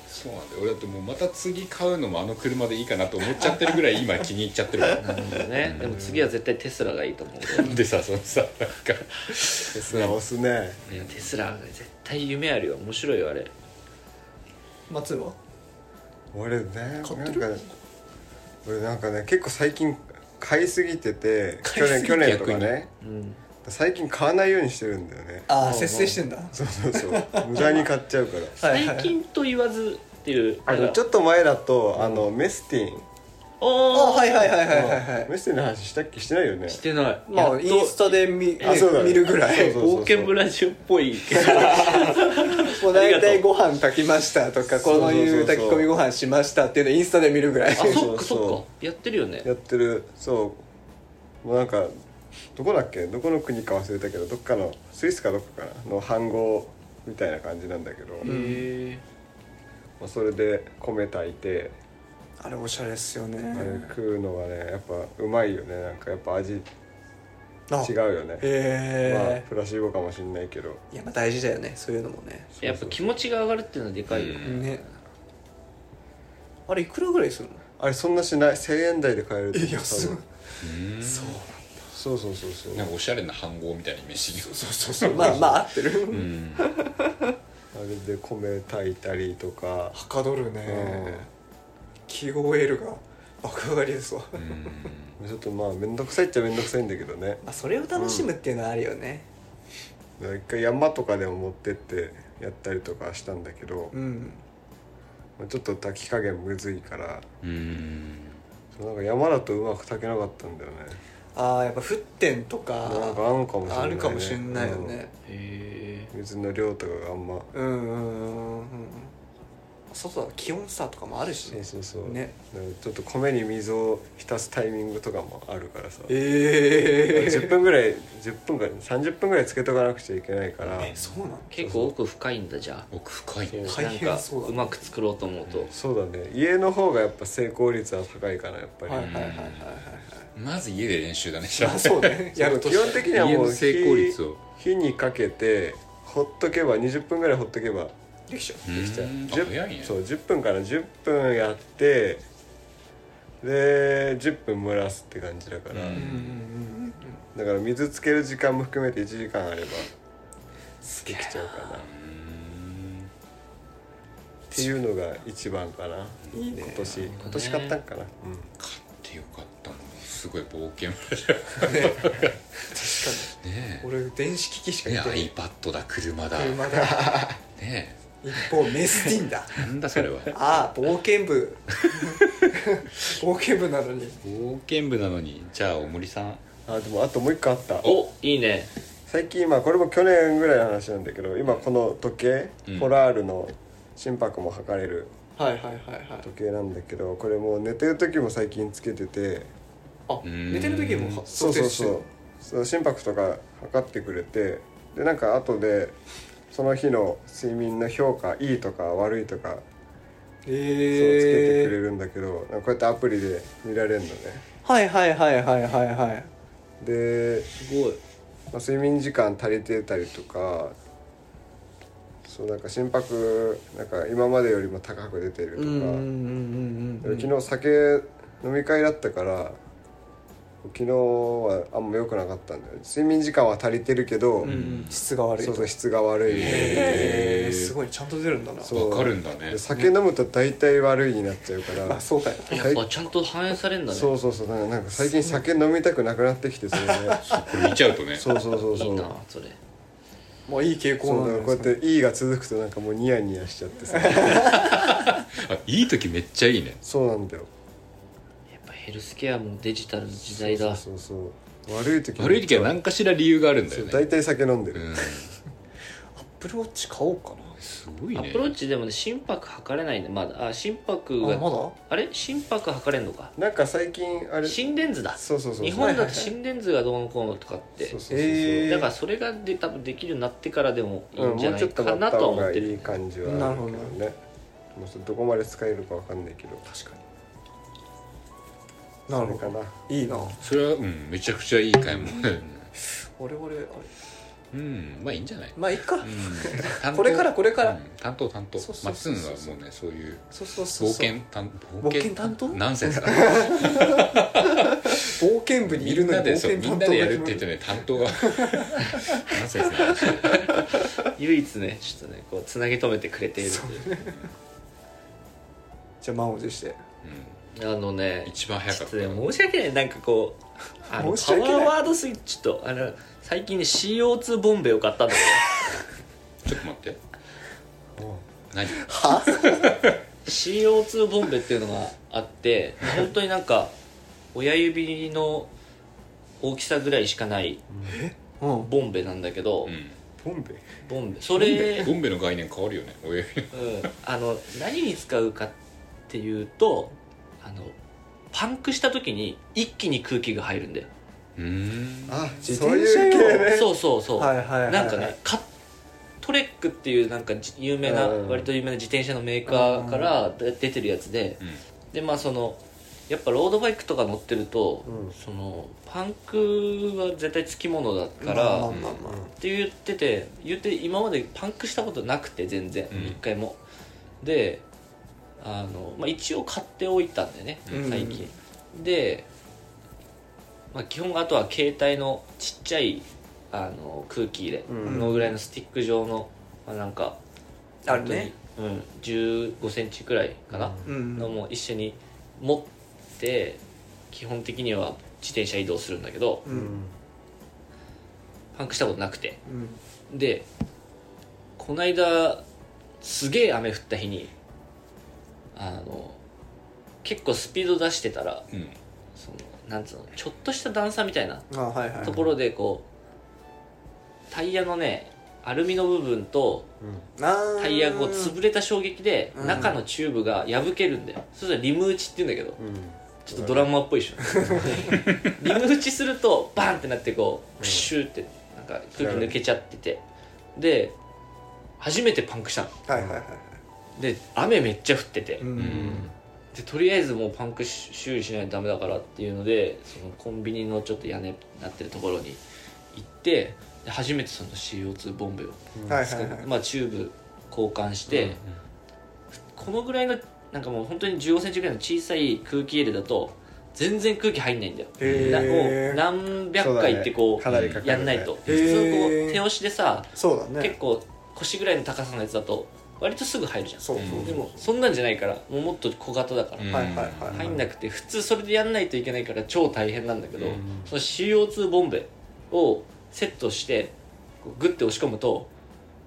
C: そうなんだよ俺だってもうまた次買うのもあの車でいいかなと思っちゃってるぐ らい今気に入っちゃってるもん
A: なるほどねでも次は絶対テスラがいいと思う
C: でさそのさなんか
D: テスラ押すね
A: いやテスラ絶対夢あるよ面白いよあれ
B: 松は
D: 俺ね
B: 買っ
D: な
B: て
D: ん
B: る
D: か俺なんかね結構最近買いすぎてて
B: 買
D: 去
B: いす
D: 年
B: ぎ
D: 去年とかね
A: うん
D: 最近買わないようにしてるんだよね
B: ああ節制してんだ
D: そうそうそう無駄に買っちゃうから
B: はい
A: 最近と言わずっていう
D: あのちょ
A: っ
D: っと前だとあのメスティン
B: あ
A: お
B: はいはいはいはいはいは
D: メスティンの話したっけしてないよね
A: いしてない
B: いま
A: や
B: あ
A: っと
B: インスタで見,、
D: あそうだね
B: 見るぐらい
D: そうそう
A: 冒険ブラジオっぽいけど
B: もう大体ご飯炊きましたとか
D: そうそうそう
B: こういう炊き込みご飯しましたっていうのインスタで見るぐらい
A: あ
D: う
A: そっか
D: そう
A: そっかやってるよね
D: やってるそうもうなんかどこだっけどこの国か忘れたけどどっかのスイスかどっかかなの飯合みたいな感じなんだけど、
A: へ
D: ま
A: え
D: あ、それで米炊いて、
B: あれおしゃれっすよね
D: あれ食うのはねやっぱうまいよねなんかやっぱ味違
B: あ
D: うよねまあ
B: へえ
D: プラシーボかもしんないけど
B: いやまあ大事だよねそういうのもね
A: やっぱ気持ちが上がるっていうのはでかいよね
B: ねあれいくらぐらいするの
D: あれそんなしない1000円台で買えると思う
B: いやすごい
D: 多分
B: そう
D: そうそうそうそう
C: なんかおしゃれな飯盒みたいなイメージそうそう
B: まあまあ合ってる、
C: うん
D: あれで米炊いたりとか
B: はかどる
D: うん
B: ね QOL が爆上がりですわ、ま
D: ちょっとまあ面倒くさいっちゃ面倒くさいんだけどね
B: あそれを楽しむっていうのはあるよね
D: だから一回山とかでも持ってってやったりとかしたんだけど
B: う、ん、
D: まあちょっと炊き加減むずいから
C: うん
D: そうなんか山だとうまく炊けなかったんだよね
B: ああやっぱ沸点とか
D: なんかあるかもしれないね
B: あるかもしれないよね、
A: へえ
D: 水の量とかがあんま
B: うん、うんうんうん外は気温差とかもあるし
D: そ
B: ね
D: うそうそう、
B: ね
D: だからちょっと米に水を浸すタイミングとかもあるからさ
B: ええ
D: 10分ぐらい10分から30分ぐらいつけとかなくちゃいけないから
B: えそうなの
A: 結構奥深いんだじゃ
C: 奥深い
D: そう
A: あ
B: 大
A: なん
B: 変
A: か
B: そうだ
A: うまく作ろうと思うと
D: そうだね家の方がやっぱ成功率は高いかなやっぱり、
B: はいはいはいはいはいはい
C: まず家で練習だね
B: まあ そうねやると
D: 基本的には
C: 家
D: も
C: の
D: う
C: 成功率を
D: 火にかけてほっとけば20分ぐらいほっとけば
B: できちゃう
D: できちゃう
C: うんあ
D: 10
C: 早いね
D: そう10分から10分やってで10分蒸らすって感じだか
C: う
D: ら、
C: ん
B: うんうんうんうん
D: だから水つける時間も含めて1時間あればできちゃうかなっていうのが一番かない
B: いね
D: 今年今年買ったんかな、
C: 買ってよかったのすごい冒険 ね
B: 俺電子機器しか
C: えね
B: 言ってない
C: iPad だ車だね
B: 車だ
C: え
B: 一方メスティンだ
C: なんだそれは
B: ああ冒険 部冒険部なのに
C: 冒険部なのにじゃあ大森さん
D: うんあでもあともう一個あった
A: おいいね
D: 最近まあこれも去年ぐらいの話なんだけど今この時計、
C: うん
D: ポラールの心拍も測れる
B: はいはいはいはい
D: 時計なんだけどこれもう寝てる時も最近つけてて
B: あ
C: ん
B: 寝てる時も
D: そう
B: 測
D: そう
B: 定して
D: そ
B: る
D: うそう心拍とか測ってくれてでなんか後でその日の睡眠の評価いいとか悪いとかそうつけてくれ
B: ええ
D: るんだけど、なんかこうやってアプリで見られるのね
B: はいはいはいはいはいはい
D: で、
A: すごい
D: まあ、睡眠時間足りてたりとかそうなんか心拍なんか今までよりも高く出てる
B: う
D: とか、
B: んうんうんうんうん
D: 昨日酒飲み会だったから昨日はあんま良くなかったんだよ睡眠時間は足りてるけど、
B: うん質が悪い
D: そ
B: と
D: うそう質が悪いみたいな
B: へえすごいちゃんと出るんだな
D: そう
C: わかるんだね
D: で酒飲むと大体悪いになっちゃうから、
B: あそうかよ
D: 最
A: やっぱちゃんと反映されるんだね
D: そうそうそうなんかなんか最近酒飲みたくなくなってきてそ れで
C: これ見ちゃうとね
D: そうそうそう
A: い
D: そ
A: いうなそれ
B: もういい傾
D: そ
B: 向
D: うだ
B: な
D: から
B: ん
D: こう
B: ですね
D: やって「いい」が続くとなんかもうニヤニヤしちゃってさ
C: あいい時めっちゃいいね
D: そうなんだよ
A: やっぱヘルスケアもデジタルの時代だ
D: そうそうそう悪い時
C: 悪い時は
D: なん
C: 何かしら理由があるんだ
D: だ
C: よ
D: よ
C: ね
D: 大体酒飲んでる、
C: うん
B: アップルウォッチ買おうかな
C: すごい
A: ア
C: ね
A: プローチでもね心拍測れないねまだあ心拍
B: あ
A: が
B: まだ
A: あれ心拍測れんのか
D: なんか最近あれそう
A: 心電図だ
D: そうそう
A: 日本だと心電図がどうのこうのとかって
D: そうそうそうそう
B: えー
A: だからそれがで多分できるようになってからでもいい
D: うん
A: んじ
D: も
A: ゃ
D: う
A: な
D: ちょ
A: い
D: っと
A: か
D: 買った
A: なとは
D: 方
A: 思っ
D: が
A: て
D: いい
A: る
D: 感じはあるけ
B: な
D: ど
B: るほど
D: ねもうちょっとどこまで使えるかわかんないけど
B: 確かにな
D: あ
B: る
D: れ
B: ほ
D: か
B: ど
D: ない
B: いな
C: それはうんめちゃくちゃいい買い物だよね
B: 我々あれ
C: うんまあいいんじゃない、
B: まあいいか、
C: うん
B: これからこれから
C: うん担当担当
B: そうそう
C: まっつ
B: そ
C: ん
B: う
C: は
B: そう
C: もうねそういう
B: そうそうそう
C: 冒
B: そう
C: 険担
B: 冒険担当
C: ナンセンスだ
B: 冒険部に
C: み
B: いる
C: ん
B: の
C: な
B: に
C: で
B: 冒
C: そう
B: 険
C: みん
B: 担
C: な
B: 当が
C: で
B: い
C: や
B: る
C: るって言ってね担当が ナンセンスな話だよ
A: 唯一ねちょっとねこうつなぎ止めてくれているっていう
B: じゃあ満を持して
A: あのね
C: うん一番早
A: ち
C: か
A: ょった
C: っ
A: とね申し訳ないなんかこうあの
B: 申し
A: パ
B: 訳ない
A: ワーワードスイッチとあの最近ね CO2 ボンベを買った んだけ
C: ちょっと待って何
A: ど CO2 ボンベっていうのがあって本当になんか親指の大きさぐらいしかない
B: うん
A: ボンベなんだけど、
D: ボンベ
A: ボンベそれ、
C: ボンベの概念変わるよね親指
A: うん、あの何に使うかっていうとあのパンクした時に一気に空気が入るんだよ
C: うん
D: あ
B: 自
D: そう
B: 転車
D: いう
B: 用
D: 系ね
A: そうそうそう、
B: はいはいはいはい
A: なんかねカトレックっていうなんかじ有名な、
D: うん
A: 割と有名な自転車のメーカーからで出てるやつで、でまあそのやっぱロードバイクとか乗ってると、
D: うん
A: そのパンクは絶対つきものだから、
B: まあまあまあまあ
A: って言ってて言って今までパンクしたことなくて全然
C: うん
A: 一、回もであの、まあ、一応買っておいたんだよね
B: うん
A: 最近、で、まあ、基本あとは携帯のちっちゃいあの空気入れ
D: うん
A: のぐらいのスティック状の、まあ、なんか
B: あるね
A: 本当にうん、1 5ンチくらいかな、
B: うん
A: のも一緒に持って基本的には自転車移動するんだけど
B: う
D: うんん
A: パンクしたことなくて
B: うん
A: でこないだすげえ雨降った日にあの結構スピード出してたら
C: うん
A: そのなんつうのちょっとした段差みたいな
B: あはいはい
A: ところでこうタイヤのねアルミの部分と
B: あー
A: タイヤがこう潰れた衝撃で
B: うん
A: 中のチューブが破けるんだよそれらリム打ちって言うんだけど
D: うん
A: ちょっとドラマっぽいでしょリム打ちするとバンってなってこうプシューってなんか空気抜けちゃっててで初めてパンクしたの
B: はいはいはいはい
A: で雨めっちゃ降ってて、
B: うん
C: うん
A: でとりあえずもうパンクし修理しないとダメだからっていうのでそのコンビニのちょっと屋根になってるところに行ってで初めてその CO2 ボンベを
B: はい
A: 使
B: は
A: う、
B: いはい
A: まあ、チューブ交換して、このぐらいのなんかもう本当に1 5ンチぐらいの小さい空気入れだと全然空気入んないんだよ、な
B: へ
A: こう
B: ー
A: 何百回ってこ
D: そうだねかなりかか
A: う
D: る
A: やんないと、
B: へ
A: 普
B: ー
A: 通こう手押しでさ、
B: そうだね
A: 結構腰ぐらいの高さのやつだと割とすぐ入るじゃん
B: そうそう
A: でもそんなんじゃないからもうもっと小型だから、
C: うん
B: はいはいはい
A: 入んなくて普通それでやんないといけないから超大変なんだけど、
C: うん
A: その CO2 ボンベをセットしてこうグッて押し込むと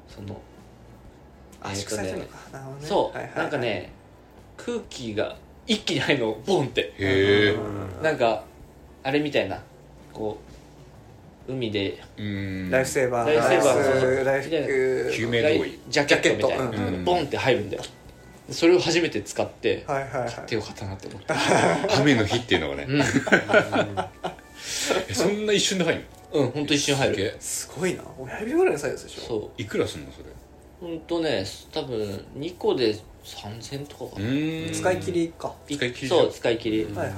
A: その
B: 圧縮されてるのかなるほどね
A: そう、
B: はいはいはい
A: なんかね空気が一気に入るのボンって
C: へえ
A: なんかあれみたいなこう海で
C: うん
B: ライフセーバー
A: ライフセーバー
B: ライ
A: そうそう
B: フライ
C: 救
B: フ
A: ジ
C: 命胴衣
A: ャケットみたいな、
C: ャ
B: ジ
C: ケットうん
A: ボンって入るんだよそれを初めて使って
B: はいはいはい
A: 手をかったなって思った
C: 雨の日っていうのがね
A: うん
C: えそんな一瞬で入る
A: うんほんと一瞬入
C: すげ
A: る
C: え
B: すごいな親指ぐらいのサイズでしょ
A: そ
C: いくらすんのそれ
A: うほんとね多分2個で3000とかかな
C: うん
B: 使い切りか
C: 使い切りだ
A: そう使い切り、
B: はいはいはい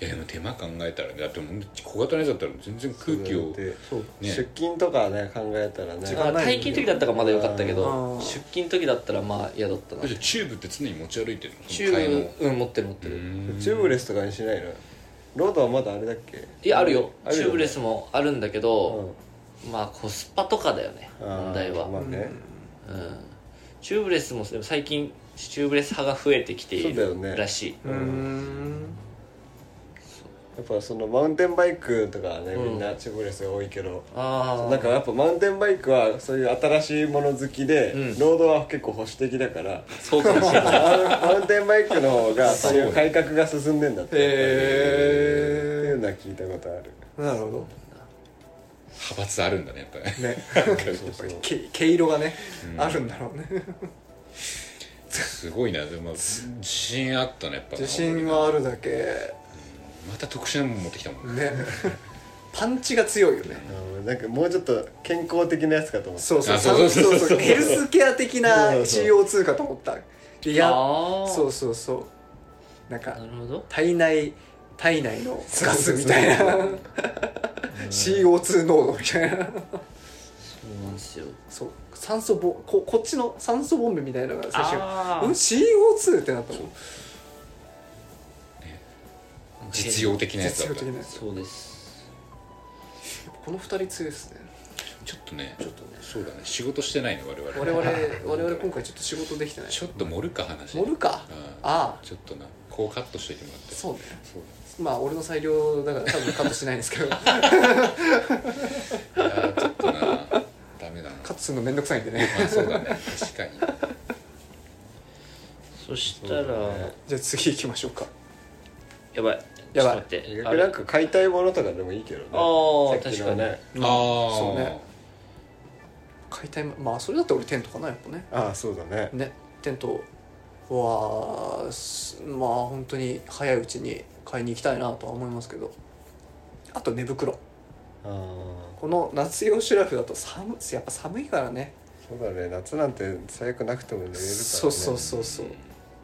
C: いやでも手間考えたらねだってもう小型のやつだったら全然空気を
D: で
A: そう
C: ね
D: 出勤とかね考えたらね
B: 時間
A: あ
B: ない
A: 退勤時だったからまだ良かったけ
B: う
A: ど
B: ん
A: 出勤時だったらまあ嫌だったな
C: だってチューブって常に持ち歩いてるの
A: チューブうん持ってる持ってる、
D: チューブレスとかにしないのロードはまだあれだっけ
A: いやあるよ
D: ある
A: チ
D: よね
A: ューブレスもあるんだけど、
D: う
A: まあコスパとかだよね
D: んあー
A: 問題は、
D: まあね
A: うん、チューブレスもでも最近チューブレス派が増えてきてい
D: そうだよ
A: る
D: ね
A: らしい、
B: うーん
D: やっぱそのマウンテンバイクとかはね
A: うん
D: みんなチューブレスが多いけど
A: ああ
D: なんかやっぱマウンテンバイクはそういう新しいもの好きで
A: うん
D: ロードは結構保守的だ から
A: そうかもしれない
D: マウマウンテンバイクの方がそういう改革が進んでんだってってい
B: へ
D: うのは聞いたことある
B: えなるほど
C: 派閥あるんだねやっぱり
B: ね
C: なんか
D: そうそう
B: け毛色がねあるんだろうね
C: すごいなでも自信あったねやっぱ
B: 自信はあるだけ
C: また特殊なもん持ってきたもん
B: ねパンチが強いよね
D: うんなんかもうちょっと健康的なやつかと思って
B: そうそう
C: あそうそうそう
B: そうそうヘルスケア的な
D: そうそう
B: CO2 かと思ったいや
A: あー
B: そうそうそうなんか
A: なるほど
B: 体内体内 のガスみたいな CO2 濃度みたいな
A: なんですよ
B: そう酸素ボここっちの酸素ボンベみたいなのが最初
A: あ
B: うん
A: ー
B: CO2 ってなったもん
C: 実用的なやつだ
B: 絶対
C: った
B: 的なやつ
A: そうです
B: この二人強いですね
C: ちょっとね
B: ちょっとね
C: そうだね仕事してないね我々
B: 我々 我々今回ちょっと仕事できてない
C: ちょっと盛るか話
B: 盛るか
C: うん
B: ああ
C: ちょっとなこうカットしといてもらって
B: そうね
C: そう
B: まあ俺の裁量だから多分カットしないんです けど
C: いやーちょっとなダメだな
B: カットするのめんどくさいんでね
C: まあそうだね確かに
A: そしたら、
C: そうだね
B: じゃあ次行きましょうか
A: やばい
B: やば
A: ち
B: い
A: ょっと待って
D: 逆になんか買いたいものとかでもいいけどね
A: あー
D: さっきのね
C: ああ
B: そうね買いたいもまあそれだって俺テントかなやっぱね
D: ああそうだね
B: ねテントはすまあ本当に早いうちに買いに行きたいなとは思いますけどあと寝袋
D: ああ
B: この夏用シュラフだと寒やっぱ寒いからね
D: そうだね夏なんて最悪なくても寝れるからね
B: そうそうそうそう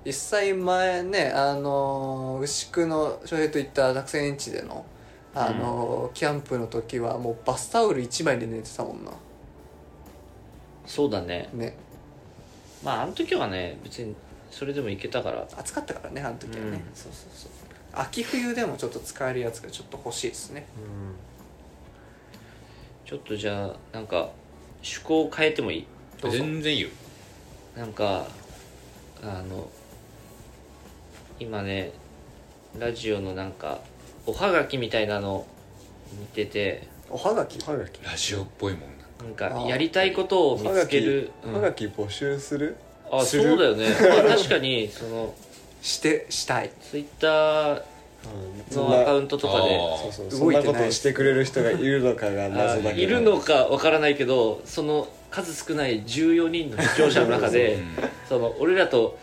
B: 実際前ねあのー牛久の翔平と行った落選園地でのあのー、キャンプの時はもうバスタオル1枚で寝てたもんな
A: そうだね
B: ね
A: まああの時はね別にそれでもいけたから
B: 暑かったからねあの時
A: う
B: はね、
A: ん
B: そうそうそう秋冬でもちょっと使えるやつがちょっと欲しいですね
D: うん
A: ちょっとじゃあなんか趣向を変えてもいい
B: どうぞ
C: 全然いいよ
A: なんかあの今ねラジオのなんかおはがきみたいなの見てて
B: おはがき
D: おはがき
C: ラジオっぽいもんな
A: なん
B: あ
A: か
B: ー
A: やりたいことを見
D: おは
A: つ
D: が
A: け
D: き
A: る、う
D: お
A: ん
D: はがき募集する
A: あ
D: する
A: そうだ よね、まあ確かにその
B: してしたい
A: ツイッター
D: そん
A: のア
D: な
A: カウントとか
C: あ
A: で
C: ー
D: そうそうそ
B: 動
D: ん
B: いてな
D: ないことをしてくれる人がいるのかが謎だけど
A: いるのかわからないけどその数少ない14人の視聴者の中で
C: うん
A: その俺らと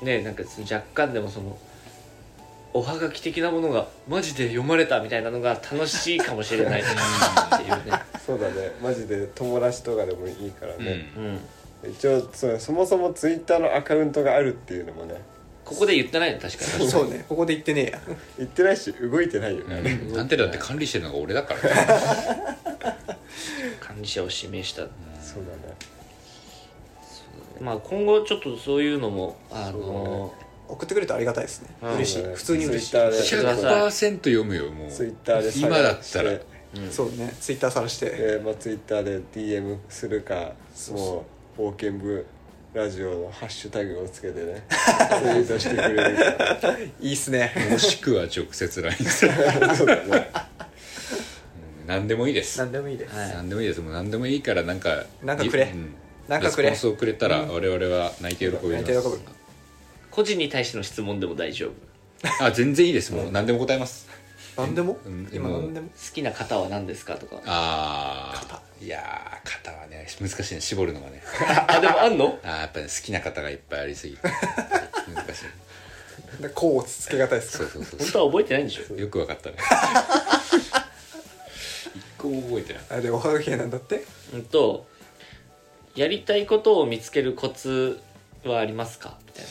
A: ねなんかその若干でもそのおはがき的なものがマジで読まれたみたいなのが楽しいかもしれないっていうね、
D: そうだねマジで友達とかでもいいから
C: うん
D: ね、
A: うん、
D: 一応そうそもそもツイッターのアカウントがあるっていうのもね
A: ここで言ってないの確かに
B: そうねここで言ってねえや
D: 言ってないし動いてないよ
C: う
D: ね、
C: んなんてだって管理してるのが俺だからね
A: 管理者を指名した、
D: そうだね
A: まあ、今後ちょっとそういうのもあの
B: 送ってくれてありがたいですね
A: うん
B: 嬉しい
D: そうだね
B: 普通に嬉しい
D: ツイッターで
A: してください
C: 100%読むよもう
D: ツイッターで探して
C: 今だったら
B: そうねツイッターさらして
D: えーまあ、ツイッターで DM するか
B: うそう
D: もう冒険部ラジオのハッシュタグをつけてねツイートしてくれるか
B: いいっすね
C: もしくは直接 LINE する
D: らそうだね
C: うん何でもいいです
B: 何でもいいです、
A: はい
C: 何でもいいですもう何でもいいからなんか
B: なんかくれ
C: う
B: なんかくれ
C: レスポンスをくれたら我々は泣いて喜びます
B: 泣いて喜ぶ
A: 個人に対しての質問でも大丈夫
C: あ全然いいですもう何でも答えます
B: 何でも、
C: うん
B: 今
C: もう
B: 何でも
A: 好きな方は何ですかとか
C: ああいやー肩はね難しいね絞るのがね
A: あでもあんの
C: あーやっぱり好きな方がいっぱいあり すぎて難しい
B: でこうつつけがたいですか
C: そうそうそう
A: 本当は覚えてないんでしょ
C: よくわかったね一個も覚えてない
B: あれおはがきなんだって
A: うんとやりたいことを見つけるコツはありますかみたい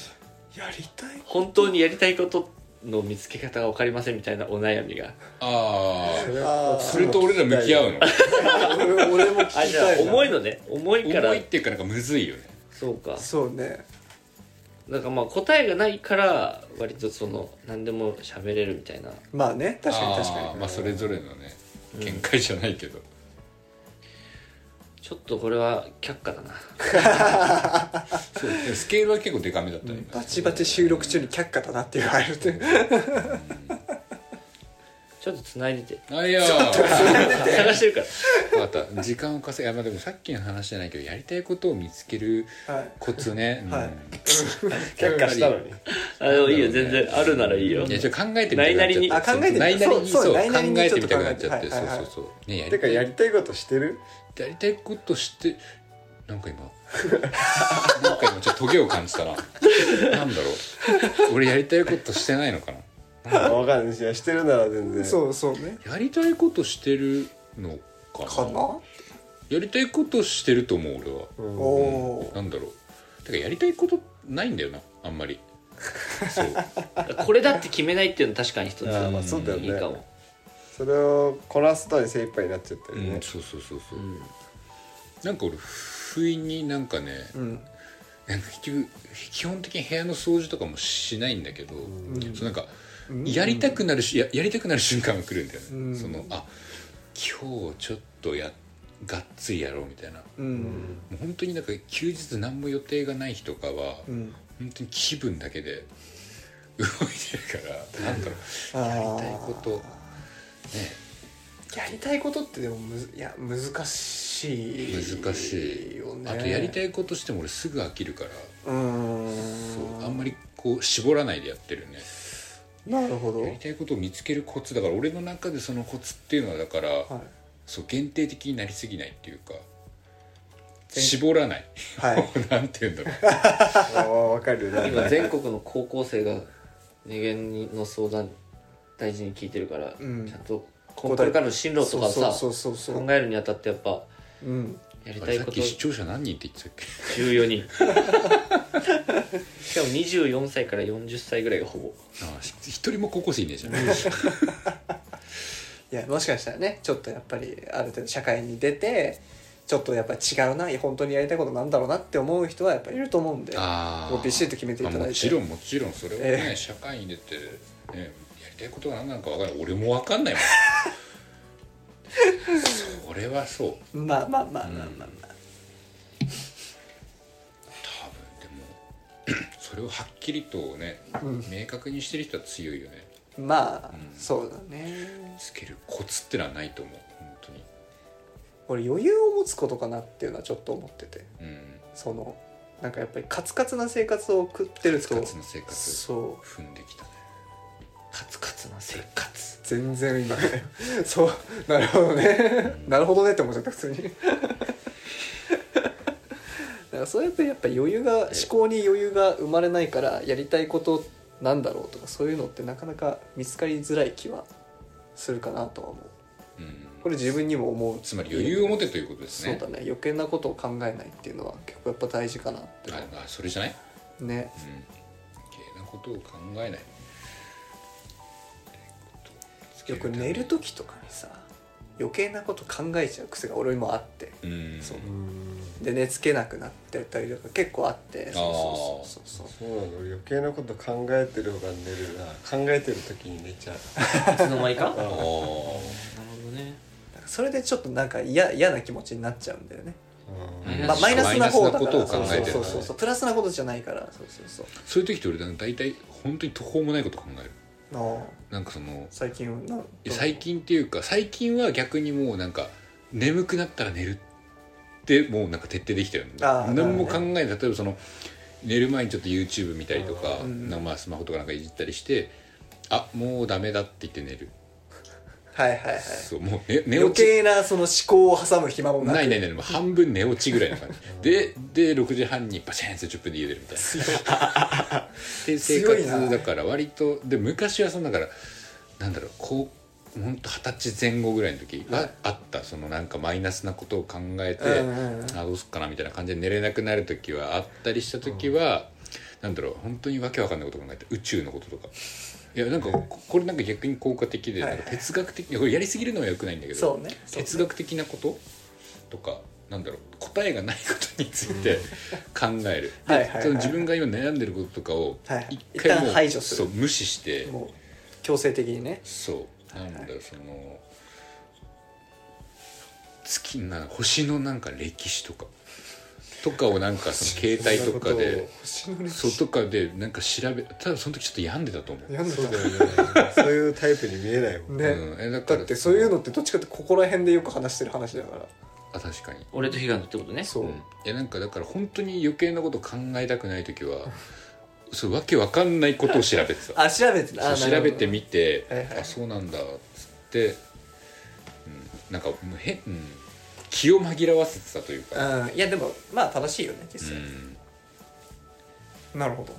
A: な
B: やりたい
A: 本当にやりたいことの見つけ方が分かりませんみたいなお悩みが
C: あ
D: それ
B: あー
D: は
C: あそれと俺ら向き合うの
B: 俺俺も聞
A: あ
B: きたい
A: じ
B: な
A: ゃあ重いのね重いから
C: 重いっていうかなんかむずいよね
A: そうか
B: そうね
A: なんかまあ答えがないから割とその何でも喋れるみたいな
B: まあね確かに確か
C: あー
B: に
C: まあそれぞれのね見解じゃないけど、
A: ちょっとこれは却下だな
C: そうでもスケールは結構デカめだったね、
B: バチバチ収録中に却下だなって言われるて
A: ちょっと繋いで て
C: あいやー
A: 探してるから
C: わかった時間を稼いいやまあでもさっきの話じゃないけどやりたいことを見つける
B: はい
C: コツね、うん
B: はい
D: 却下したのに
A: あでもいいよ全然あるならいいよ
C: いやちょっと考えてみたくなっ
A: な
C: ちゃって
A: いなりに
B: あ考えてみた
C: ないなりに
B: そう
C: そう考
B: ないなりに
C: えて
B: ちょっ
C: み
B: と
C: た
B: 考
C: くな
B: え
C: ってちゃってそ
B: はいうはい
C: そうそうねや
D: て
C: り
D: か
C: たい
D: やりたいことしてる
C: やりたいことしてなんか今なんか今ちょっとトゲを感じたななんだろう俺やりたいことしてないのかな
D: 分かんないししてるなら全然
B: そうそうね
C: やりたいことしてるのかな
B: かな、
C: やりたいことしてると思う俺は、
D: うん
B: おお
C: なんだろうてかやりたいことないんだよなあんまりそう
A: これだって決めないっていうのは確かに一ついい
D: あーまあそうだよね
A: かも
D: それをこなすとに精一杯になっちゃったよ
C: うん
D: ね、
C: そうそうそうそう、
A: うん
C: なんか俺不意になんかね、
B: うん
C: なんか結局基本的に部屋の掃除とかもしないんだけど、
B: ん
C: そうなんかやりたくなるしややりたくなる瞬間が来るんだよね、
B: うん
C: そのあ今日ちょっとやがっつりやろうみたいなも
B: うん
C: う本当になんか休日何も予定がない日とかは、
B: うん
C: 本当に気分だけで 動いてるからなんだろう
B: あー
C: やりたいことね
B: やりたいことってでもむずいや難しい
C: 難しい
B: よね
C: あとやりた
B: い
C: いことしても俺すぐ飽きるから
B: うん
C: そうあんまりこう絞らないでやってるね
B: なるほど
C: やりたいことを見つけるコツだから俺の中でそのコツっていうのはだから、
B: はい
C: そう限定的になりすぎないっていうか絞らない、
B: はい
C: なんて言うんだろう
D: ああわかるな
A: 今全国の高校生が二限の相談大事に聞いてるから、
B: うん
A: ちゃんとこれからの進路とかをさ
B: そうそうそうそう
A: 考えるにあたってやっぱ
B: うん
A: やり
C: あ
A: たい
C: れさっ
A: こと
C: き視聴者何人って言ってたっけ
A: 14人 しかも24歳から40歳ぐらいがほぼ
C: ああひ一人も高校生いねえじゃん
B: いやもしかしたらねちょっとやっぱりある程度社会に出てちょっとやっぱり違うな本当にやりたいことなんだろうなって思う人はやっぱいると思うんで
C: あ
B: もうビシッと決めていただいて
C: あもちろんもちろんそれはね、
B: ええ
C: 社会に出て、ね、やりたいことが何なのか分からない俺も分かんない もんそれはそう
B: まあまあまあまあまあまあ
C: 多分でも それをはっきりとね、明確にしてる人は強いよね
B: まあ、そうだね
C: つけるコツってのはないと思う本当に
B: 俺余裕を持つことかなっていうのはちょっと思ってて
C: うん
B: そのなんかやっぱりカツカツな生活を送ってる
C: カツ
B: と
C: カツの生活
B: そう
C: 踏んできたね
A: カツカツな生活
B: 全然今ねそうなるほどねなるほどねって思っちゃった 普通にだからそうやってやっぱ余裕が思考に余裕が生まれないからやりたいことなんだろうとかそういうのってなかなか見つかりづらい気はするかなとは思う
C: うん
B: これ自分にも思う
C: つまり余裕を持てということです
B: そう
C: ね
B: だね余計なことを考えないっていうのは結構やっぱ大事かなって
C: ああそれじゃないう
B: ね
C: ん余計なことを考えない
B: よく寝る時とかにさ余計なこと考えちゃう癖が俺もあって
C: うん
B: そう
D: うん
B: で寝つけなくなってたりとか結構あってそうそうそうそう
D: そうなの俺余計なこと考えてる方が寝るな考えてる時に寝ちゃう
A: いつの間にかなる
C: あ
A: ほど
C: あ
A: ね
B: だからそれでちょっとなんか嫌嫌な気持ちになっちゃうんだよね、
D: うん
C: うん
B: まあ、マイナスな方だから
C: マイナスなことを考えてるからね
B: そうそうそうそうプラスなことじゃないからそうそうそう
C: そういう時って俺大体本当に途方もないこと考える
B: ああ
C: なんかその
B: 最近はな
C: 最近っていうか最近は逆にもうなんか眠くなったら寝るってもうなんか徹底できてるん
B: あ
C: だ
B: ー
C: 何も
B: な
C: 考え
B: るほ
C: ない例えばその寝る前にちょっと YouTube 見たりとか、
B: うん
C: なんかまあスマホとかなんかいじったりしてあもうダメだって言って寝る、
B: はいはいはい
C: そうもう、ね、寝
B: 余
C: 落ち
B: 計なその思考を挟む暇もなく
C: ないないないもう半分寝落ちぐらいの感じでで6時半にバチャンって10分で家出るみたいな で生
B: 強いな
C: 活だから割とで昔はそのだからなんだろうこうほんと二十歳前後ぐらいの時はあったそのなんかマイナスなことを考えて、
B: うんうんうん
C: あどうすっかなみたいな感じで寝れなくなる時はあったりした時は、なんだろう本当にわけわかんないこと考えて宇宙のこととかいやなんかここれなんか逆に効果的でなんか哲学的いやこれやりすぎるのはよくないんだけど
B: そうねそうね
C: 哲学的なこととかなんだろう答えがないことについて考える
B: はいはいはいは
C: で
B: い
C: その自分が今悩んでることとかを
B: はい
C: 一
B: 一
C: 回
B: 旦
C: もう
B: 排除する
C: そう無視して
B: もう強制的にね
C: そうなんだろうその月な星のなんか歴史とかとかをなんかその携帯とかで
B: 星の
C: そうとかでなんか調べただその時ちょっと病んでたと思う
B: やん
D: そう
B: の
D: だよねそういうタイプに見えないもん
B: ね、
C: うんえだから
B: だってそういうのってどっちかってここら辺でよく話してる話だから
C: あ確かに
A: 俺と悲願のってことね
B: そう、
C: うん、いやなんかだから本当に余計なこと考えたくない時は そうわけわかんないことを調べてた
B: あ調べてあ
C: そう調べてみて、
B: はいはい
C: あそうなんだっつって、うん、なんかもう変、うん、気を紛らわせてたというか、
B: うんいやでもまあ正しいよね実
C: う
B: 際、
C: ん、
B: なるほど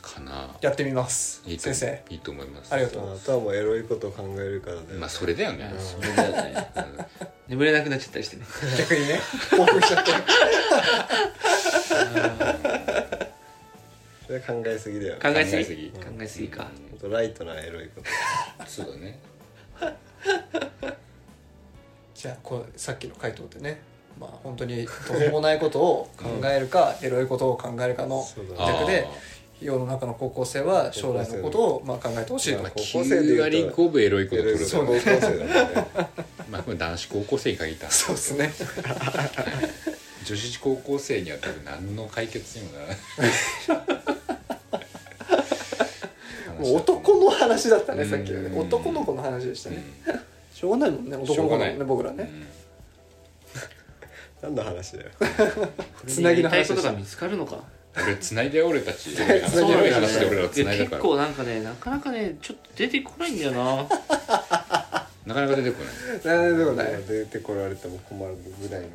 C: かな
B: やってみます
C: いいと
B: 先生
C: いいと思います
B: ありがと
D: あとはもうエロいことを考えるからね、
C: まあそれだよね、
A: それだよね眠れなくなっちゃったりしてね
B: 逆にね興奮しちゃって
D: それは考えすぎだよね
A: 考えす
C: 考え
A: ぎ
C: すぎ
A: 考えすぎか
D: ほんとライトなエロいこと
C: そうだね
B: じゃあこうさっきの回答でねまあ本当に途方もないことを考えるか、エロいことを考えるかの
D: そうだね
B: 逆で世の中の高校生は将来のことをまあ考えてほしいと
D: まあ
C: 高校生で割5分エロいこと取る
D: 高
C: と
D: 校生だね
C: まあこれ男子高校生に限った
B: そうですね
C: 女子高校生には多分何の解決にもならない
B: もう男の話だったね
C: うん
B: さっきのね男の子の話でしたね、
C: う
B: しょうがないもんね男の子だもんね僕ら
C: んう
B: ね、
C: ん
D: 何の話だよ
B: つなぎの
A: やりた
B: 話で
A: い
B: し
A: こ
B: た
A: とが見つかるのか
C: 俺繋いで俺たち
B: 繋いで
C: そういう話で
A: ね
C: 俺ら繋いだ
A: 結
C: から
A: 構なんかねなかなかねちょっと出てこないんだよ な
C: なかなか出てこない
B: なんでもない
D: 出てこられても困るぐらいの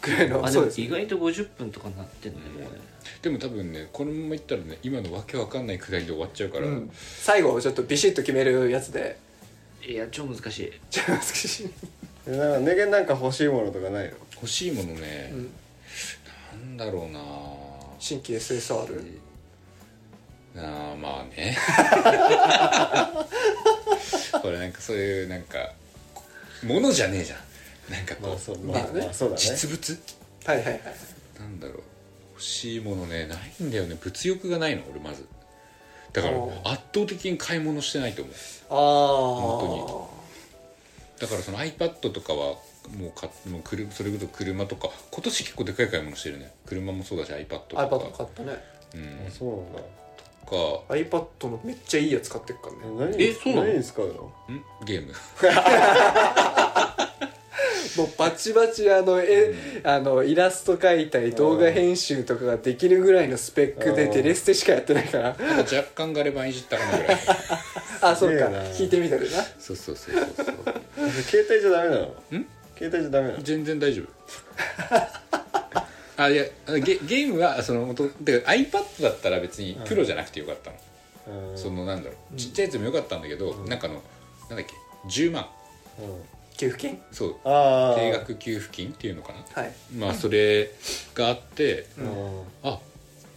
B: くらいの
A: あで
B: そう
A: も
B: です
A: 意外と50分とかなってんだよね、
C: でも多分ねこのままいったらね今のわけわかんないくだりで終わっちゃうから、
B: うん、最後ちょっとビシッと決めるやつで
A: いや超難しい
B: じゃあ美しい
D: えなんか人間なんか欲しいものとかないの
C: 欲しいものね
B: う、ん
C: なんだろうな
B: 新規 SSR
C: ああまあ ねこれなんかそういうなんかものじゃねえじゃんなんかこう,、
D: まあそう,、
B: まあね
D: まあ、そうだね
C: 実物
B: はいはいはい
C: なんだろう欲しいものねないんだよね物欲がないの俺まずだから
B: おう
C: 圧倒的に買い物してないと思う
B: ああ本
C: だからその iPad とかはもう買っもう車それこそ車とか今年結構でかい買い物してるね車もそうだし iPad とか
B: iPad 買ったね
C: うん
D: あそうなんだ
B: iPad のめっちゃいいやつ買ってっからね
D: え何
A: えそうなの
D: 何に使うの
C: かんゲーム
B: もうバチバチあのえあのイラスト描いたり動画編集とかができるぐらいのスペックで
D: あー
B: テレステしかやってないから
C: なんか若干ガレ版いじったかなぐらい
B: あそっ
D: すげえ
B: か
D: な
B: 聞いてみたらな
C: そうそうそうそうそう
D: 携帯じゃダメなの携帯じゃダメなの
C: 全然大丈夫あいやゲゲームはその元てか iPad だったら別にプロじゃなくてよかったの、
D: うん
C: そのなんだろうちっちゃいやつもよかったんだけど、なんかあのなんだっけ10万
D: うん
B: 給付金
C: そう
D: ああ
C: 定額給付金っていうのかな
B: はい
C: まあそれがあって、
D: うん
C: あ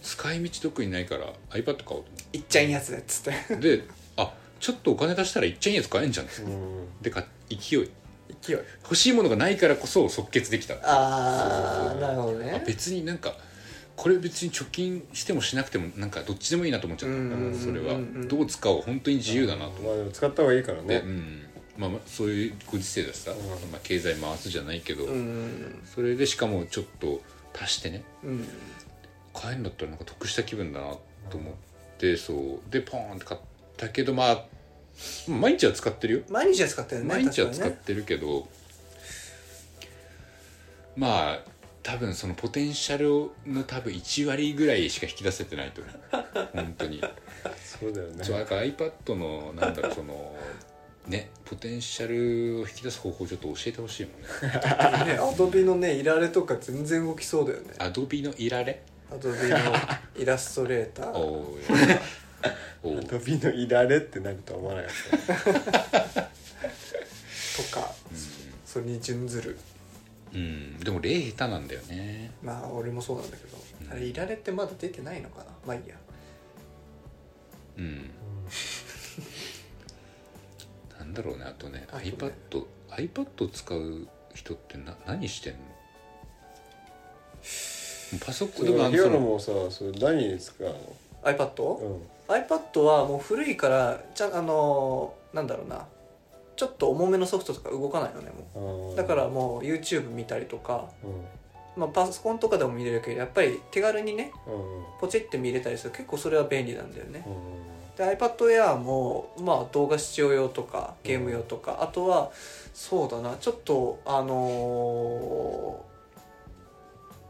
C: 使い道特にないから iPad 買おうと思
B: いっちゃいいやつだっつって
C: ってであちょっとお金出したらいっちゃいいやつ買えんじゃん
D: うん
C: でか勢い
B: 勢い
C: 欲しいものがないからこそ即決できた
B: ああなるほど
C: あ
B: ね
C: 別になんかこれ別に貯金してもしなくてもなんかどっちでもいいなと思っちゃった
B: うんうんうんうん
C: それはどう使おう本当に自由だなと思
D: まあでも使った方がいいから
C: って、
D: ね
C: うんまあ、まあそういうご時世だしさ、
D: ん
C: まあ、経済回すじゃないけど、
B: うん
C: それでしかもちょっと足してね
B: うん
C: 買えんだったらなんか得した気分だなと思ってそうでポーンって買ったけどまあ毎日は使ってるよ
B: 毎日は使ったよね
C: 毎日は使っ
B: 確か
C: てるけど、まあ多分そのポテンシャルの多分1割ぐらいしか引き出せてないと思 う本当に
D: そうだよね
C: そうなんか iPad のなんだろうそのねポテンシャルを引き出す方法ちょっと教えてほしいもんね
B: にねねアドビのねいられとか全然動きそうだよね
C: アドビのいら れ
B: アドビのイラストレータ
C: お
B: ー
C: おーおー
D: 飛びのいられってなるとは思わなかっ
B: とかそれに準ずる
C: うんでも例下手なんだよね
B: まあ俺もそうなんだけどあれいられってまだ出てないのかなまあいいや
C: うんなんだろうねあとね
B: あとね
C: iPad iPad を使う人ってな何してんのもうパソコ
D: た
C: ンでもあ
D: ヒ
C: の
D: ロ
C: そ
D: の
C: の
D: もさそれ何に使うの
B: iPad?
D: うん、
B: iPad はもう古いからちゃんあのーなんだろうなちょっと重めのソフトとか動かないのねもう
D: あー
B: だから、もう YouTube 見たりとか、
D: う
B: まあ、パソコンとかでも見れるけどやっぱり手軽にね
D: んうんうん
B: ポチって見れたりする結構それは便利なんだよね
D: う
B: で iPad Air もまあ動画視聴用とかゲーム用とか、あとはそうだなちょっとあのー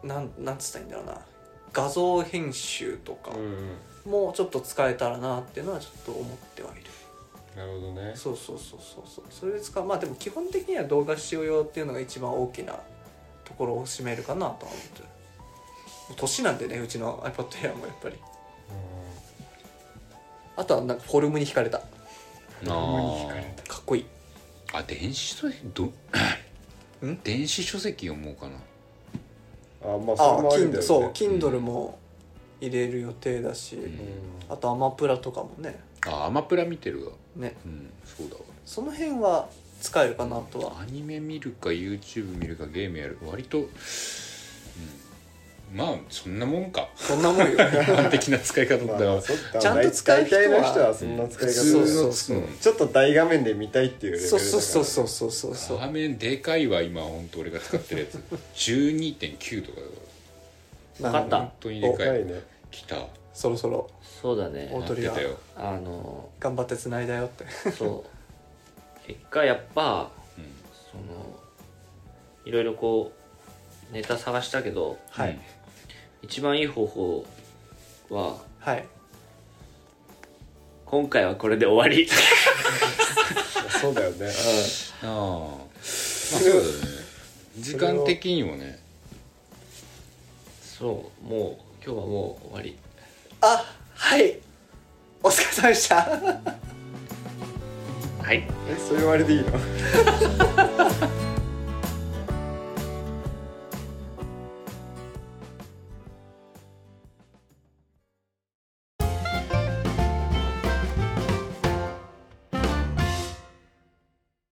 B: なんなんつったらいいんだろうな画像編集とか
D: んうん
B: もちょっと使えたらなっていうのはちょっと思ってはいる、
D: なるほどね
B: そうそうそうそうそうそれで使うまあでも基本的には動画視聴用っていうのが一番大きなところを占めるかなとは思ってる年なんでねうちの iPad Air もやっぱりあとはなんかフォルムに惹かれたか
C: あ
B: っこいい
C: ーあ電子書籍ど
B: ん
C: 電子書籍読もうかな
D: あまあそ
B: あ
D: れもありだよね
B: Kindle そう Kindle も入れる予定だし、
D: うん
C: ん
B: あとアマプラとかもね
C: あアマプラ見てるわ
B: ね
C: うんそうだわ
B: その辺は使えるかなとは
C: アニメ見るか YouTube 見るかゲームやる割と、うん、まあそんなもん か
B: そんなもんよ
C: 一般的な使い方だから、
D: そっか
B: ちゃんと使う人は
D: 大体の人はそんな使い
C: 普
D: 方
C: 通
D: を
C: の
B: そうそうそう
D: ちょっと大画面で見たいっていうレベルだか
B: そう
D: ら
B: そうそうそうそうそうそう
C: 画面でかいわ今本当俺が使ってるや つ12.9とかだか
A: わかっ
C: ら
A: た
C: 本当にで
D: で
C: か
D: かい
C: い
D: ね
C: 来た
B: そろそろ
A: そうだね
B: 本当に
C: なってたよ
A: あの
B: 頑張ってつないだよって
A: そう結果やっぱ
C: うん
A: そのいろいろこうネタ探したけど
B: はい
A: 一番いい方法は
B: はい
A: 今回はこれで終わり
D: そうだよね
C: ああまあそう だね時間的にもね
A: そうもう今日はもう終わり
B: あはいお疲れ様でした
A: はい
D: えそういう割でいいの